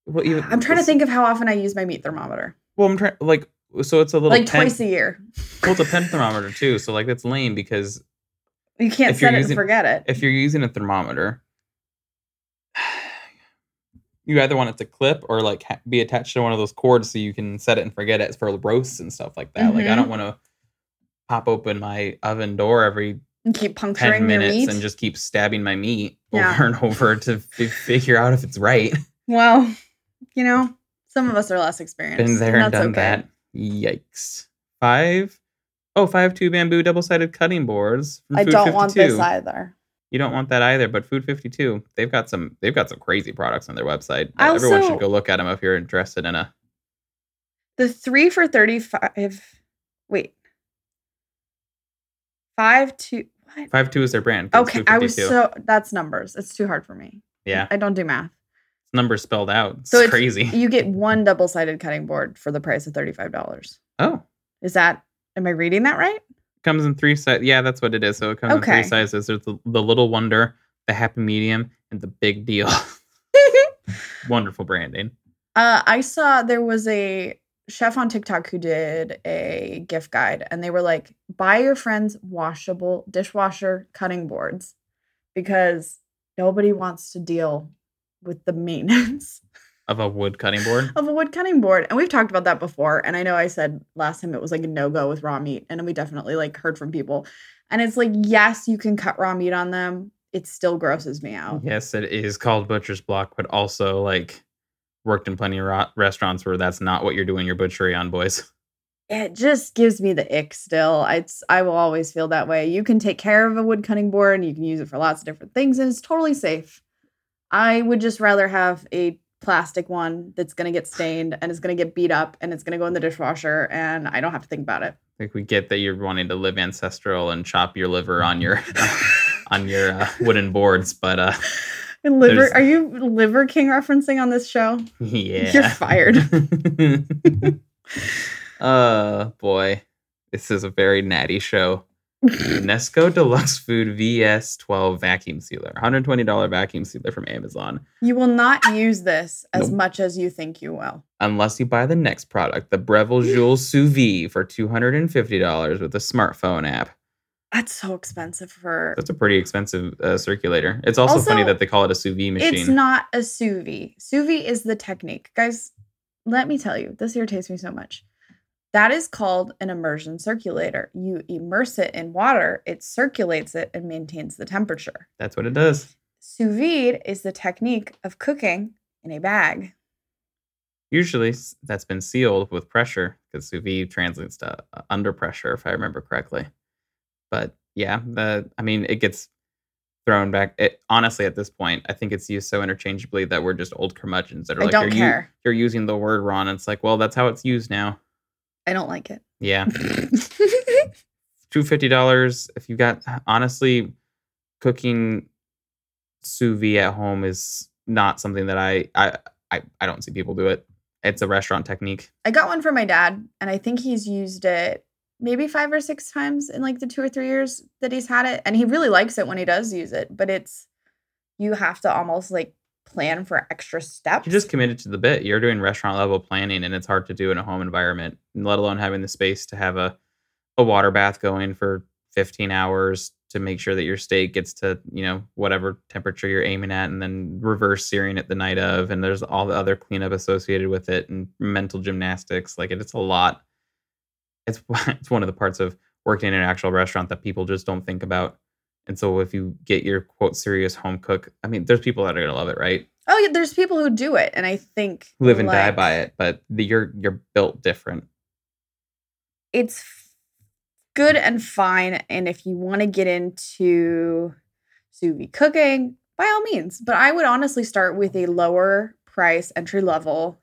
S1: well, even,
S2: I'm trying to think of how often I use my meat thermometer.
S1: Well, I'm trying like so. It's a little
S2: Like
S1: pen-
S2: twice a year.
S1: Well, it's a pen thermometer too. So like that's lame because
S2: You can't
S1: If you're
S2: set it
S1: using-
S2: and forget it.
S1: if you're using a thermometer, you either want it to clip or like ha- be attached to one of those cords so you can set it and forget it for roasts and stuff like that. Like I
S2: Mhm.
S1: don't want to pop open my oven door every
S2: you keep puncturing
S1: ten
S2: your meat.
S1: minutes and just keep stabbing my meat
S2: Yeah.
S1: over and over to f- figure out if it's right.
S2: well, you know, some of us are less experienced.
S1: Been there and
S2: that's
S1: done
S2: okay.
S1: that. Yikes. Five. Oh, five two bamboo double sided cutting boards. From
S2: I
S1: Food
S2: don't want this
S1: 52.
S2: either.
S1: You don't want that either, but Food 52, they've got some they've got some crazy products on their website.
S2: I
S1: Everyone
S2: also-
S1: should go look at them if you're interested in a
S2: The three for thirty-five. Wait, five two. What?
S1: 52 is their brand. 'cause it's
S2: Okay,
S1: Food
S2: I was
S1: 52.
S2: so that's numbers. It's too hard for me.
S1: Yeah.
S2: I don't do math.
S1: Numbers spelled out. It's
S2: So it's-
S1: crazy.
S2: You get one double-sided cutting board for the price of thirty-five dollars.
S1: Oh.
S2: Is that? Am I reading that right?
S1: Comes in three sizes. Yeah, that's what it is. So it comes in
S2: Okay.
S1: three sizes. There's the, the little wonder, the happy medium, and the big deal. Wonderful branding.
S2: Uh, I saw there was a chef on TikTok who did a gift guide, and they were like, buy your friends washable dishwasher cutting boards because nobody wants to deal with the maintenance
S1: Of a wood cutting board.
S2: of a wood cutting board. And we've talked about that before. And I know I said last time it was like a no go with raw meat, and we definitely like heard from people. And it's like, yes, you can cut raw meat on them. It still grosses me out.
S1: Yes, it is called Butcher's Block, but also like worked in plenty of ro- restaurants where that's not what you're doing your butchery on, boys.
S2: it just gives me the ick still. It's I will always feel that way. You can take care of a wood cutting board and you can use it for lots of different things and it's totally safe. I would just rather have a plastic one that's going to get stained and it's going to get beat up and it's going to go in the dishwasher and I don't have to think about it.
S1: Like we get that you're wanting to live ancestral and chop your liver on your on your uh, wooden boards, but uh,
S2: And liver
S1: There's-
S2: are you liver king referencing on this show?
S1: yeah,
S2: You're fired.
S1: uh, boy, this is a very natty show. UNESCO Deluxe Food VS12 vacuum sealer, $120 vacuum sealer from Amazon.
S2: You will not use this as
S1: Nope.
S2: much as you think you will.
S1: Unless you buy the next product, the Breville
S2: Mm.
S1: Jules Sous Vide for $250 with a smartphone app.
S2: That's so expensive for
S1: That's a pretty expensive uh, circulator. It's also, funny
S2: Also,
S1: that they call it a sous vide machine.
S2: It's not a sous vide. Sous vide is the technique. Guys, let me tell you, this irritates me so much. That is called an immersion circulator. You immerse it in water, it circulates it and maintains the temperature.
S1: That's what it does.
S2: Sous vide is the technique of cooking in a bag.
S1: Usually s- that's been sealed with pressure because sous vide translates to uh, under pressure, if I remember correctly. But yeah, the I mean, it gets thrown back. It, honestly, at this point, I think it's used so interchangeably that we're just old curmudgeons that are
S2: I
S1: like,
S2: don't
S1: you're, u-
S2: care.
S1: you're using the word wrong. and It's like, well, that's how it's used now.
S2: I don't like it.
S1: Yeah. $250 if you got, honestly, cooking sous vide at home is not something that I, I, I, I don't see people do it. It's a restaurant technique.
S2: I got one for my dad, and I think he's used it maybe five or six times in like the two or three years that he's had it. And he really likes it when he does use it, but it's you have to almost like plan for extra steps.
S1: You're just committed to the bit. You're doing restaurant level planning, and it's hard to do in a home environment, let alone having the space to have a a water bath going for 15 hours to make sure that your steak gets to you know whatever temperature you're aiming at and then reverse searing it the night of and there's all the other cleanup associated with it and mental gymnastics like it, it's a lot it's it's one of the parts of working in an actual restaurant that people just don't think about and so if you get your quote serious home cook i mean there's people that are going to love it right
S2: oh yeah there's people who do it and i think
S1: live and die
S2: like,
S1: by it but the, you're you're built different
S2: it's f- good and fine and if you want to get into sous vide cooking by all means but i would honestly start with a lower price entry level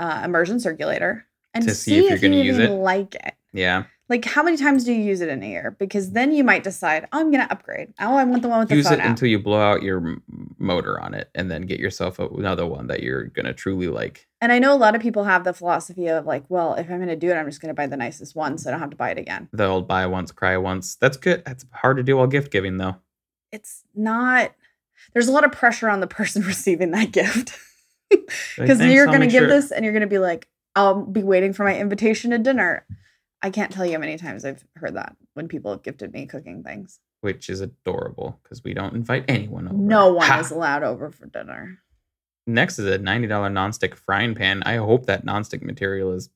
S2: uh, immersion circulator and
S1: To
S2: see, if you're
S1: gonna
S2: going to
S1: use
S2: use it
S1: it.
S2: like it
S1: yeah
S2: like how many times do you use it in a year because then you might decide oh i'm going to upgrade oh i want the one with the
S1: use
S2: phone
S1: it
S2: app.
S1: until you blow out your m- motor on it and then get yourself a- another one that you're going to truly like
S2: And I know a lot of people have the philosophy of like, well, if I'm going to do it, I'm just going to buy the nicest one so I don't have to buy it again.
S1: the old buy once cry once that's good that's hard to do while gift giving though
S2: It's not, there's a lot of pressure on the person receiving that gift.
S1: Like,
S2: Because
S1: "Thanks, I'll
S2: you're going to
S1: make
S2: give
S1: sure-"
S2: this and you're going to be like, I'll be waiting for my invitation to dinner. I can't tell you how many times I've heard that when people have gifted me cooking things.
S1: which is adorable because we don't invite anyone over
S2: No one
S1: Oh, Ha!
S2: is allowed over for dinner.
S1: next is a $90 nonstick frying pan i hope that nonstick material is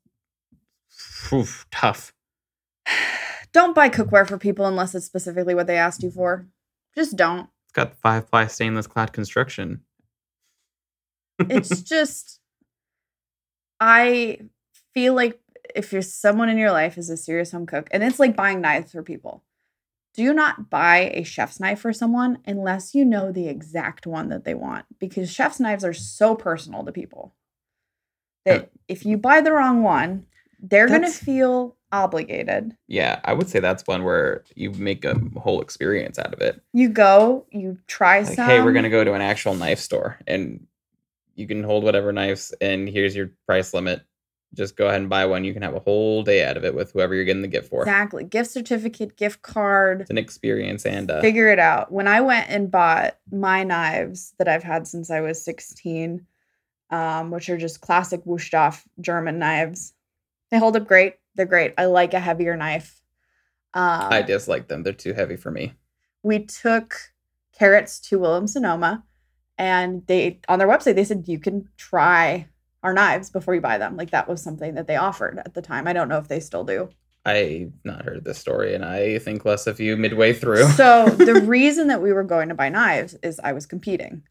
S1: oof, tough
S2: Don't buy cookware for people unless it's specifically what they asked you for. Just don't.
S1: it's got the five ply stainless clad construction
S2: it's just i feel like if you're someone in your life is a serious home cook and it's like buying knives for people do not buy a chef's knife for someone unless you know the exact one that they want because chef's knives are so personal to people that if you buy the wrong one they're going to
S1: That's-
S2: feel obligated
S1: yeah i would say that's one where you make a whole experience out of it
S2: you go you try
S1: like,
S2: some
S1: hey, we're gonna go to an actual knife store, and you can hold whatever knives, and here's your price limit. Just go ahead and buy one. You can have a whole day out of it with whoever you're getting the gift for.
S2: exactly gift certificate gift card
S1: It's an experience, and uh,
S2: figure it out. When I went and bought my knives that I've had since I was 16, um, which are just classic whooshed off German knives, they hold up great. They're great. I like a heavier knife. Um,
S1: I dislike them. They're too heavy for me.
S2: We took carrots to William Sonoma, and they on their website they said you can try our knives before you buy them. Like that was something that they offered at the time. I don't know if they still do.
S1: I've not heard this story, and I think less of you midway through.
S2: So the reason that we were going to buy knives is I was competing.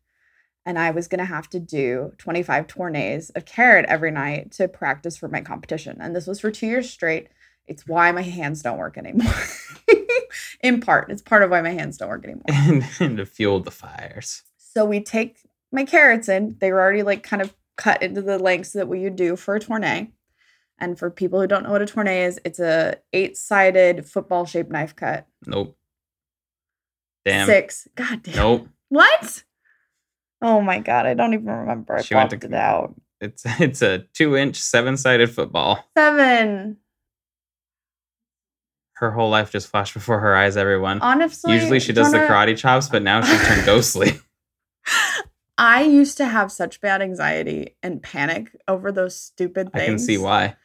S2: And I was going to have to do 25 tournays of carrot every night to practice for my competition. And this was for two years straight. It's why my hands don't work anymore. In part, it's part of why my hands don't work anymore.
S1: and, and to fuel the fires.
S2: So we take my carrots in. They were already like kind of cut into the lengths that we would do for a tournay. And for people who don't know what a tournay is, it's a eight-sided football-shaped knife cut.
S1: Nope. Damn.
S2: Six. God damn.
S1: Nope.
S2: What? Oh my god, I don't even remember. I
S1: She went
S2: blocked
S1: to
S2: it out.
S1: It's it's a two inch seven sided football.
S2: Seven.
S1: Her whole life just flashed before her eyes. Everyone.
S2: Honestly,
S1: Usually she does the
S2: Jonah,
S1: karate chops, but now she's turned ghostly.
S2: I used to have such bad anxiety and panic over those stupid things.
S1: I can see why.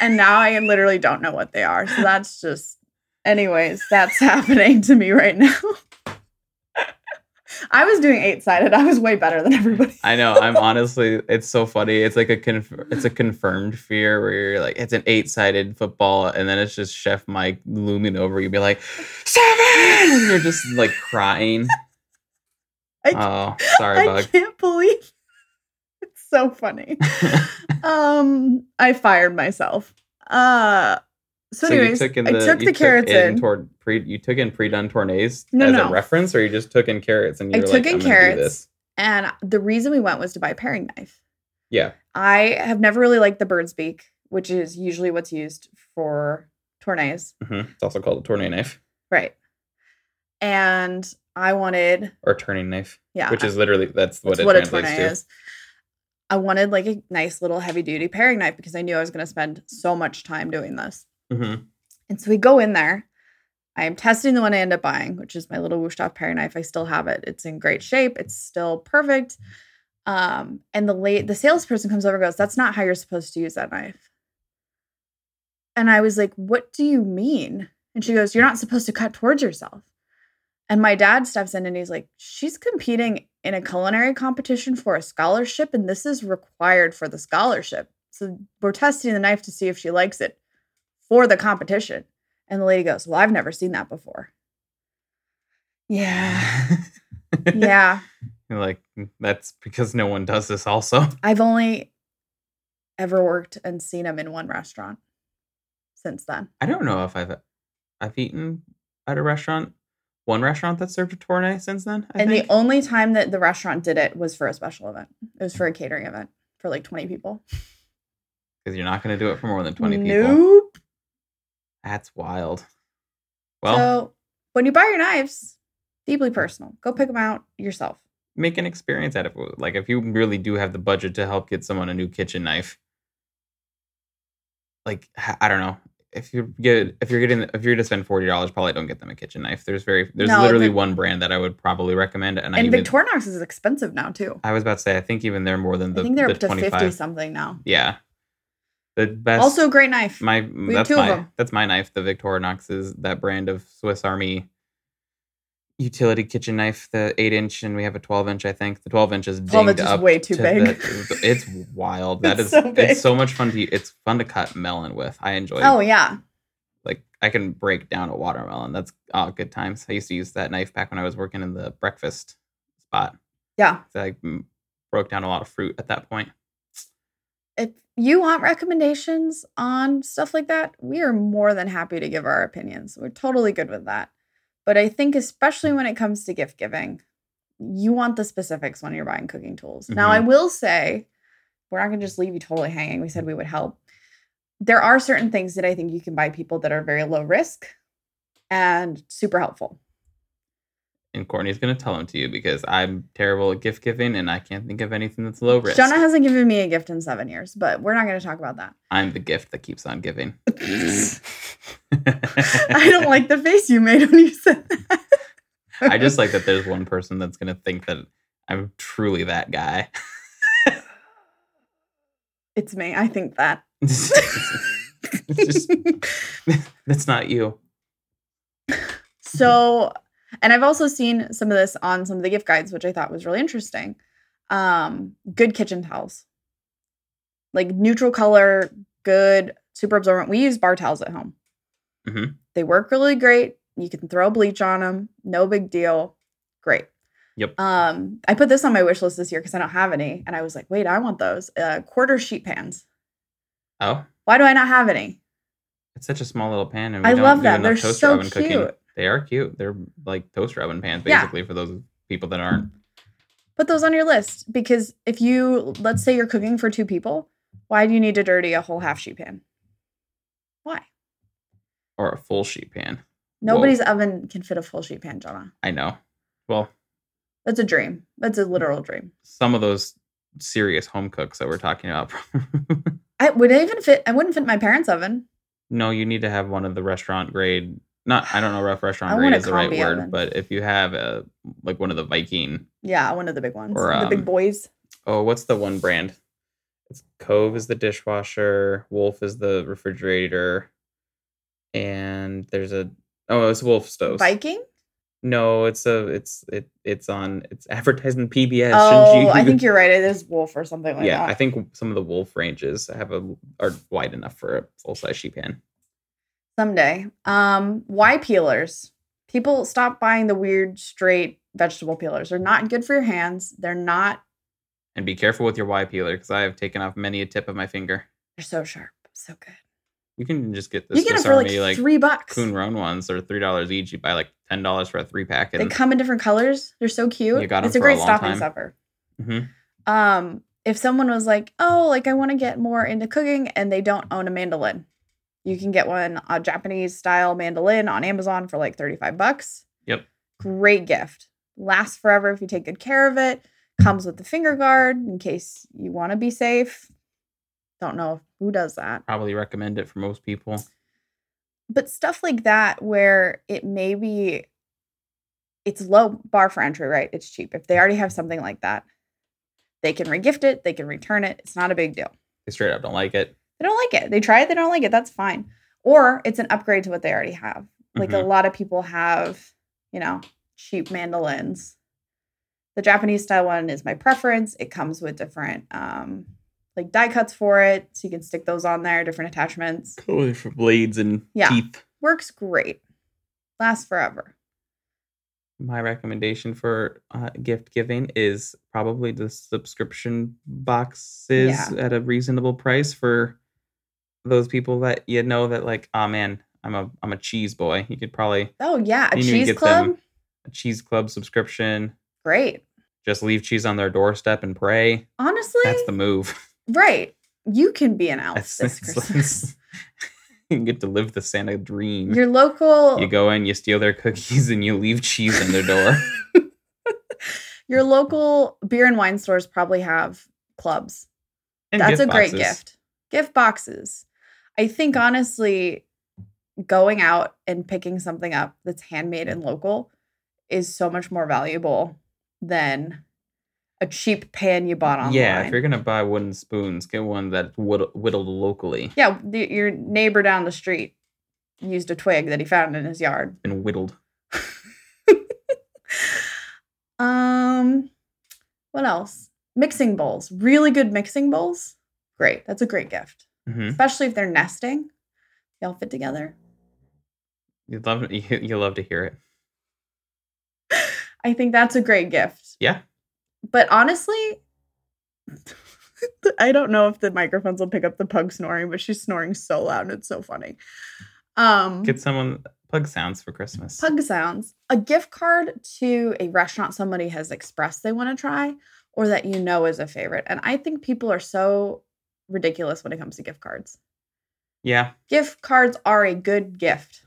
S2: And now I literally don't know what they are. So that's just, anyways, that's happening to me right now. I was doing eight sided. I was way better than everybody.
S1: I know. I'm honestly, it's so funny. It's like a conf- it's a confirmed fear where you're like, it's an eight sided football, and then it's just Chef Mike looming over you, be like, seven, and you're just like crying.
S2: I can't-
S1: Oh, sorry,
S2: I
S1: bug.
S2: can't believe it's so funny. um, I fired myself. Uh, so, anyways, I took
S1: you
S2: the carrots
S1: in
S2: in.
S1: toward pre, you took in pre done tournays
S2: No,
S1: as a
S2: no.
S1: reference, or you just took in carrots and
S2: I
S1: you were
S2: took
S1: like, I'm
S2: in
S1: gonna do
S2: carrots.
S1: this.
S2: and the reason we went was to buy a paring knife.
S1: Yeah,
S2: I have never really liked the bird's beak, which is usually what's used for tournays,
S1: mhm. it's also called a tourney knife
S2: right? And I wanted,
S1: or turning knife,
S2: yeah,
S1: which is literally that's what
S2: that's
S1: it
S2: what a
S1: translates
S2: tournay
S1: to.
S2: is. I wanted like a nice little heavy duty paring knife because I knew I was going to spend so much time doing this.
S1: Mm-hmm.
S2: And so we go in there. I am testing the one I end up buying, which is my little Wusthof paring knife. I still have it. It's in great shape. It's still perfect. Um, and the late the salesperson comes over and goes, "That's not how you're supposed to use that knife." And I was like, "What do you mean?" And she goes, "You're not supposed to cut towards yourself." And my dad steps in and he's like, "She's competing in a culinary competition for a scholarship, and this is required for the scholarship. So we're testing the knife to see if she likes it for the competition." And the lady goes, "Well, I've never seen that before." Yeah, yeah.
S1: You're Mm-hmm. like mm, that's because no one does this. Also,
S2: I've only ever worked and seen them in one restaurant since then.
S1: I don't know if I've I've eaten at a restaurant, one restaurant that served a tournay since then. I
S2: and
S1: think.
S2: the only time that the restaurant did it was for a special event. It was for a catering event for like 20 people.
S1: because you're not going to do it for more than twenty people.
S2: Nope.
S1: That's wild. Well,
S2: so when you buy your knives, deeply personal. Go pick them out yourself.
S1: make an experience out of it. Like if you really do have the budget to help get someone a new kitchen knife, like h- I don't know. If you get if you're getting if you're gonna spend forty dollars, probably don't get them a kitchen knife. There's very there's
S2: No,
S1: literally
S2: the-
S1: one brand that I would probably recommend, and, I
S2: and
S1: even,
S2: Victorinox is expensive now too.
S1: I was about to say I think even they're more than the,
S2: I think they're
S1: the
S2: up to
S1: 25.
S2: 50 something now.
S1: Yeah, the best.
S2: also, great knife.
S1: my
S2: have
S1: that's
S2: two of
S1: my
S2: them.
S1: that's my knife. The Victorinox is that brand of Swiss Army utility kitchen knife, the eight inch, and we have a twelve inch. I think the twelve inch is
S2: 12 inch
S1: dinged
S2: is
S1: up
S2: way too
S1: to
S2: big.
S1: the- it's wild. That
S2: It's
S1: is-
S2: so big.
S1: it's so much fun to it's fun to cut melon with. I enjoy.
S2: oh, yeah.
S1: like I can break down a watermelon. That's uh, good times. I used to use that knife back when I was working in the breakfast spot.
S2: Yeah.
S1: So I mm, broke down a lot of fruit at that point.
S2: If you want recommendations on stuff like that, we are more than happy to give our opinions. We're totally good with that. But I think, especially when it comes to gift giving, you want the specifics when you're buying cooking tools. Now, I will say, we're not going to just leave you totally hanging. We said we would help. There are certain things that I think you can buy people that are very low risk and super helpful.
S1: And Courtney's gonna tell them to you because I'm terrible at gift giving and I can't think of anything that's low risk.
S2: Jonah hasn't given me a gift in seven years, but we're not going to talk about that.
S1: I'm the gift that keeps on giving.
S2: I don't like the face you made when you said that.
S1: I just like that there's one person that's gonna think that I'm truly that guy.
S2: It's me. I think that.
S1: It's just- that's not you.
S2: so, and I've also seen some of this on some of the gift guides, which I thought was really interesting. Um, good kitchen towels, like neutral color, good, super absorbent. We use bar towels at home.
S1: Mhm.
S2: They work really great. You can throw bleach on them, no big deal. Great.
S1: Yep.
S2: Um, I put this on my wish list this year because I don't have any, and I was like, wait, I want those uh, quarter sheet pans.
S1: Oh,
S2: Why do I not have any?
S1: it's such a small little pan, and we
S2: I
S1: don't
S2: love
S1: do
S2: them.
S1: enough
S2: They're
S1: toaster
S2: so
S1: oven
S2: cute.
S1: cooking. They are cute. They're like toaster oven pans,
S2: Yeah.
S1: basically, for those people that aren't.
S2: put those on your list because if you let's say you're cooking for two people why do you need to dirty a whole half sheet pan why
S1: Or a full sheet pan.
S2: nobody's oven can fit a full sheet pan jonah
S1: I know. Well,
S2: that's a dream that's a literal dream
S1: some of those serious home cooks that we're talking about.
S2: i would not even fit i wouldn't fit my parents oven
S1: no, you need to have one of the restaurant grade. Not, I don't know if restaurant
S2: I
S1: grade
S2: want a
S1: is the right
S2: combi
S1: word,
S2: oven.
S1: but if you have a like one of the Viking.
S2: yeah one of the big ones
S1: Or,
S2: the big
S1: um,
S2: boys
S1: Oh, what's the one brand? It's Cove is the dishwasher, Wolf is the refrigerator, and there's a oh, it's Wolf stoves.
S2: viking
S1: No, it's a it's it it's on it's advertising PBS.
S2: oh
S1: shouldn't you?
S2: i think you're right it is wolf or something like
S1: yeah. I
S2: that
S1: think some of the Wolf ranges have a are wide enough for a full size sheet pan.
S2: someday um why peelers people stop buying the weird straight vegetable peelers they're not good for your hands they're not
S1: And be careful with your Y peeler because I have taken off many a tip of my finger.
S2: they're so sharp so good
S1: You can just get the
S2: You get
S1: Swiss
S2: them for like,
S1: Army like,
S2: three bucks.
S1: Coon Roan ones. They're three dollars each. You buy like ten dollars for a three pack.
S2: They
S1: And
S2: come in different colors. They're so cute.
S1: You got 'em
S2: it's a
S1: for a
S2: great
S1: long
S2: stopping
S1: time.
S2: supper.
S1: Mhm.
S2: Um, if someone was like, "Oh, like I want to get more into cooking," and they don't own a mandolin, you can get one a Japanese style mandolin on Amazon for like thirty five bucks.
S1: Yep.
S2: Great gift. Lasts forever if you take good care of it. Comes with the finger guard in case you want to be safe. Don't know who does that.
S1: Probably recommend it for most people.
S2: But stuff like that where it may be it's low bar for entry, right? It's cheap. If they already have something like that, they can regift it, they can return it. It's not a big deal.
S1: They straight up don't like it.
S2: They don't like it. They try it, they don't like it. That's fine. Or it's an upgrade to what they already have. Like
S1: Mm-hmm.
S2: a lot of people have, you know, cheap mandolins. The Japanese style one is my preference. It comes with different um like die cuts for it, so you can stick those on there, different attachments.
S1: Totally for blades and
S2: Yeah.
S1: teeth.
S2: Works great. Lasts forever.
S1: My recommendation for uh, gift giving is probably the subscription boxes
S2: Yeah.
S1: at a reasonable price for those people that you know that like, oh man, I'm a I'm a cheese boy. You could probably
S2: Oh yeah, a
S1: You need to
S2: cheese
S1: get
S2: club.
S1: them- a cheese club subscription.
S2: Great.
S1: Just leave cheese on their doorstep and pray.
S2: Honestly,
S1: That's the move.
S2: right. You can be an elf
S1: That's,
S2: this
S1: that's-
S2: Christmas.
S1: you get to live the Santa dream.
S2: Your local
S1: you go in, you steal their cookies, and you leave cheese on their door.
S2: your local beer and wine stores probably have clubs.
S1: And
S2: That's a
S1: gift
S2: great
S1: boxes. Mm.
S2: gift. Gift boxes. I think honestly, going out and picking something up that's handmade and local is so much more valuable than a cheap pan you bought online.
S1: Yeah, if you're gonna buy wooden spoons, get one that's whittled, whittled locally.
S2: yeah, the, your neighbor down the street used a twig that he found in his yard.
S1: Been whittled.
S2: Um, what else? Mixing bowls. Really good mixing bowls. Great. That's a great gift,
S1: hmm
S2: especially if they're nesting. They all fit together.
S1: You love you, you love to hear it.
S2: I think that's a great gift.
S1: Yeah.
S2: But honestly, I don't know if the microphones will pick up the pug snoring, but she's snoring so loud and it's so funny. Um
S1: Get someone pug sounds for Christmas.
S2: pug sounds. A gift card to a restaurant somebody has expressed they want to try or that you know is a favorite. And I think people are so ridiculous when it comes to gift cards.
S1: Yeah,
S2: Gift cards are a good gift.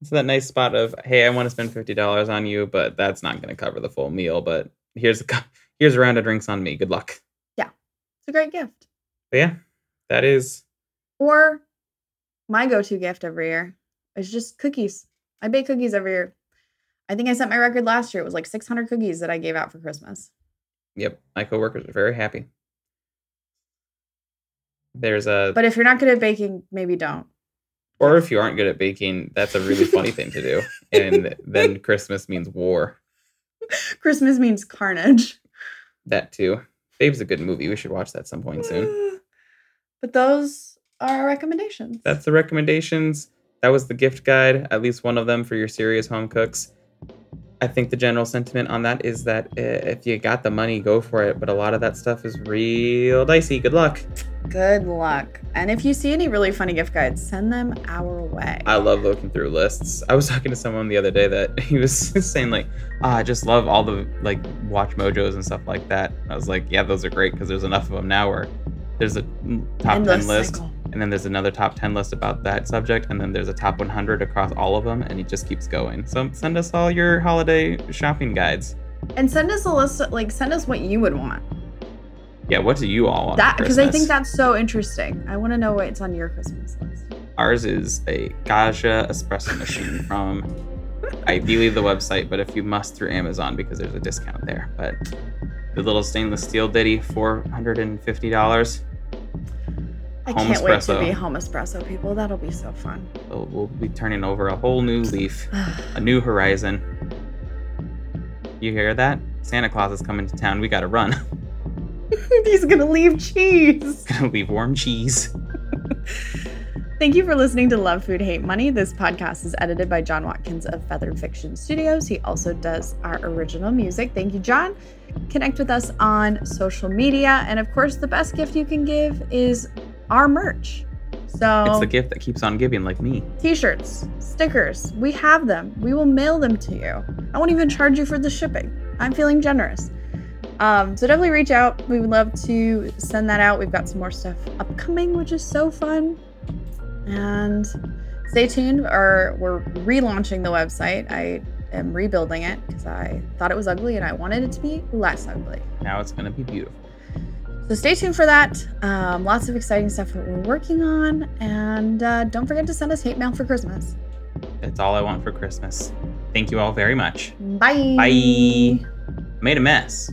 S1: it's that nice spot of hey, I want to spend fifty dollars on you, but that's not gonna cover the full meal. But here's a cu- here's a round of drinks on me. Good luck.
S2: It's a great gift.
S1: But yeah, that is
S2: Or my go to gift every year is just cookies. I bake cookies every year. I think I set my record last year. It was like 600 cookies that I gave out for Christmas.
S1: yep. My coworkers are very happy. There's a
S2: But if you're not good at baking, maybe don't.
S1: or if you aren't good at baking, that's a really funny thing to do. And then Christmas means war.
S2: Christmas means carnage.
S1: That too. Babe's a good movie. We should watch that some point soon.
S2: But those are our recommendations.
S1: That's the recommendations. That was the gift guide, at least one of them for your serious home cooks. I think the general sentiment on that is that uh, if you got the money, go for it. But a lot of that stuff is real dicey. Good luck.
S2: good luck. And if you see any really funny gift guides, send them our way.
S1: I love looking through lists. I was talking to someone the other day that he was saying like, "Ah, I just love all the like watch mojos and stuff like that. I was like, yeah, those are great because there's enough of them now where there's a top
S2: End of
S1: ten list.
S2: cycle.
S1: and then there's another top 10 list about that subject and then there's a top 100 across all of them and it just keeps going so send us all your holiday shopping guides
S2: And send us a list, like, send us what you would want.
S1: yeah what do you all want
S2: That
S1: for
S2: because I
S1: Christmas?
S2: think that's so interesting. I want to know what's on your Christmas list.
S1: ours is a gaja espresso machine from ideally the website but if you must through amazon because there's a discount there but the little stainless steel ditty $450
S2: I
S1: Home
S2: can't wait to
S1: espresso.
S2: be home espresso people. That'll be so fun.
S1: we'll, we'll be turning over a whole new leaf a new horizon you hear that santa claus is coming to town we gotta run
S2: He's gonna leave cheese.
S1: gonna leave warm cheese.
S2: Thank you for listening to Love Food Hate Money. This podcast is edited by John Watkins of Feathered Fiction Studios. He also does our original music. Thank you, John. Connect with us on social media, and of course, the best gift you can give is our merch. So
S1: It's the gift that keeps on giving, like me.
S2: T-shirts, stickers, we have them. We will mail them to you. I won't even charge you for the shipping. I'm feeling generous. Um, so definitely reach out. We would love to send that out. We've got some more stuff upcoming, which is so fun. And stay tuned. Or we're relaunching the website. I am rebuilding it because I thought it was ugly and I wanted it to be less ugly.
S1: Now it's gonna be beautiful.
S2: So stay tuned for that. Um, lots of exciting stuff that we're working on. And uh, don't forget to send us hate mail for Christmas.
S1: That's all I want for Christmas. Thank you all very much.
S2: Bye.
S1: Bye. Made a mess.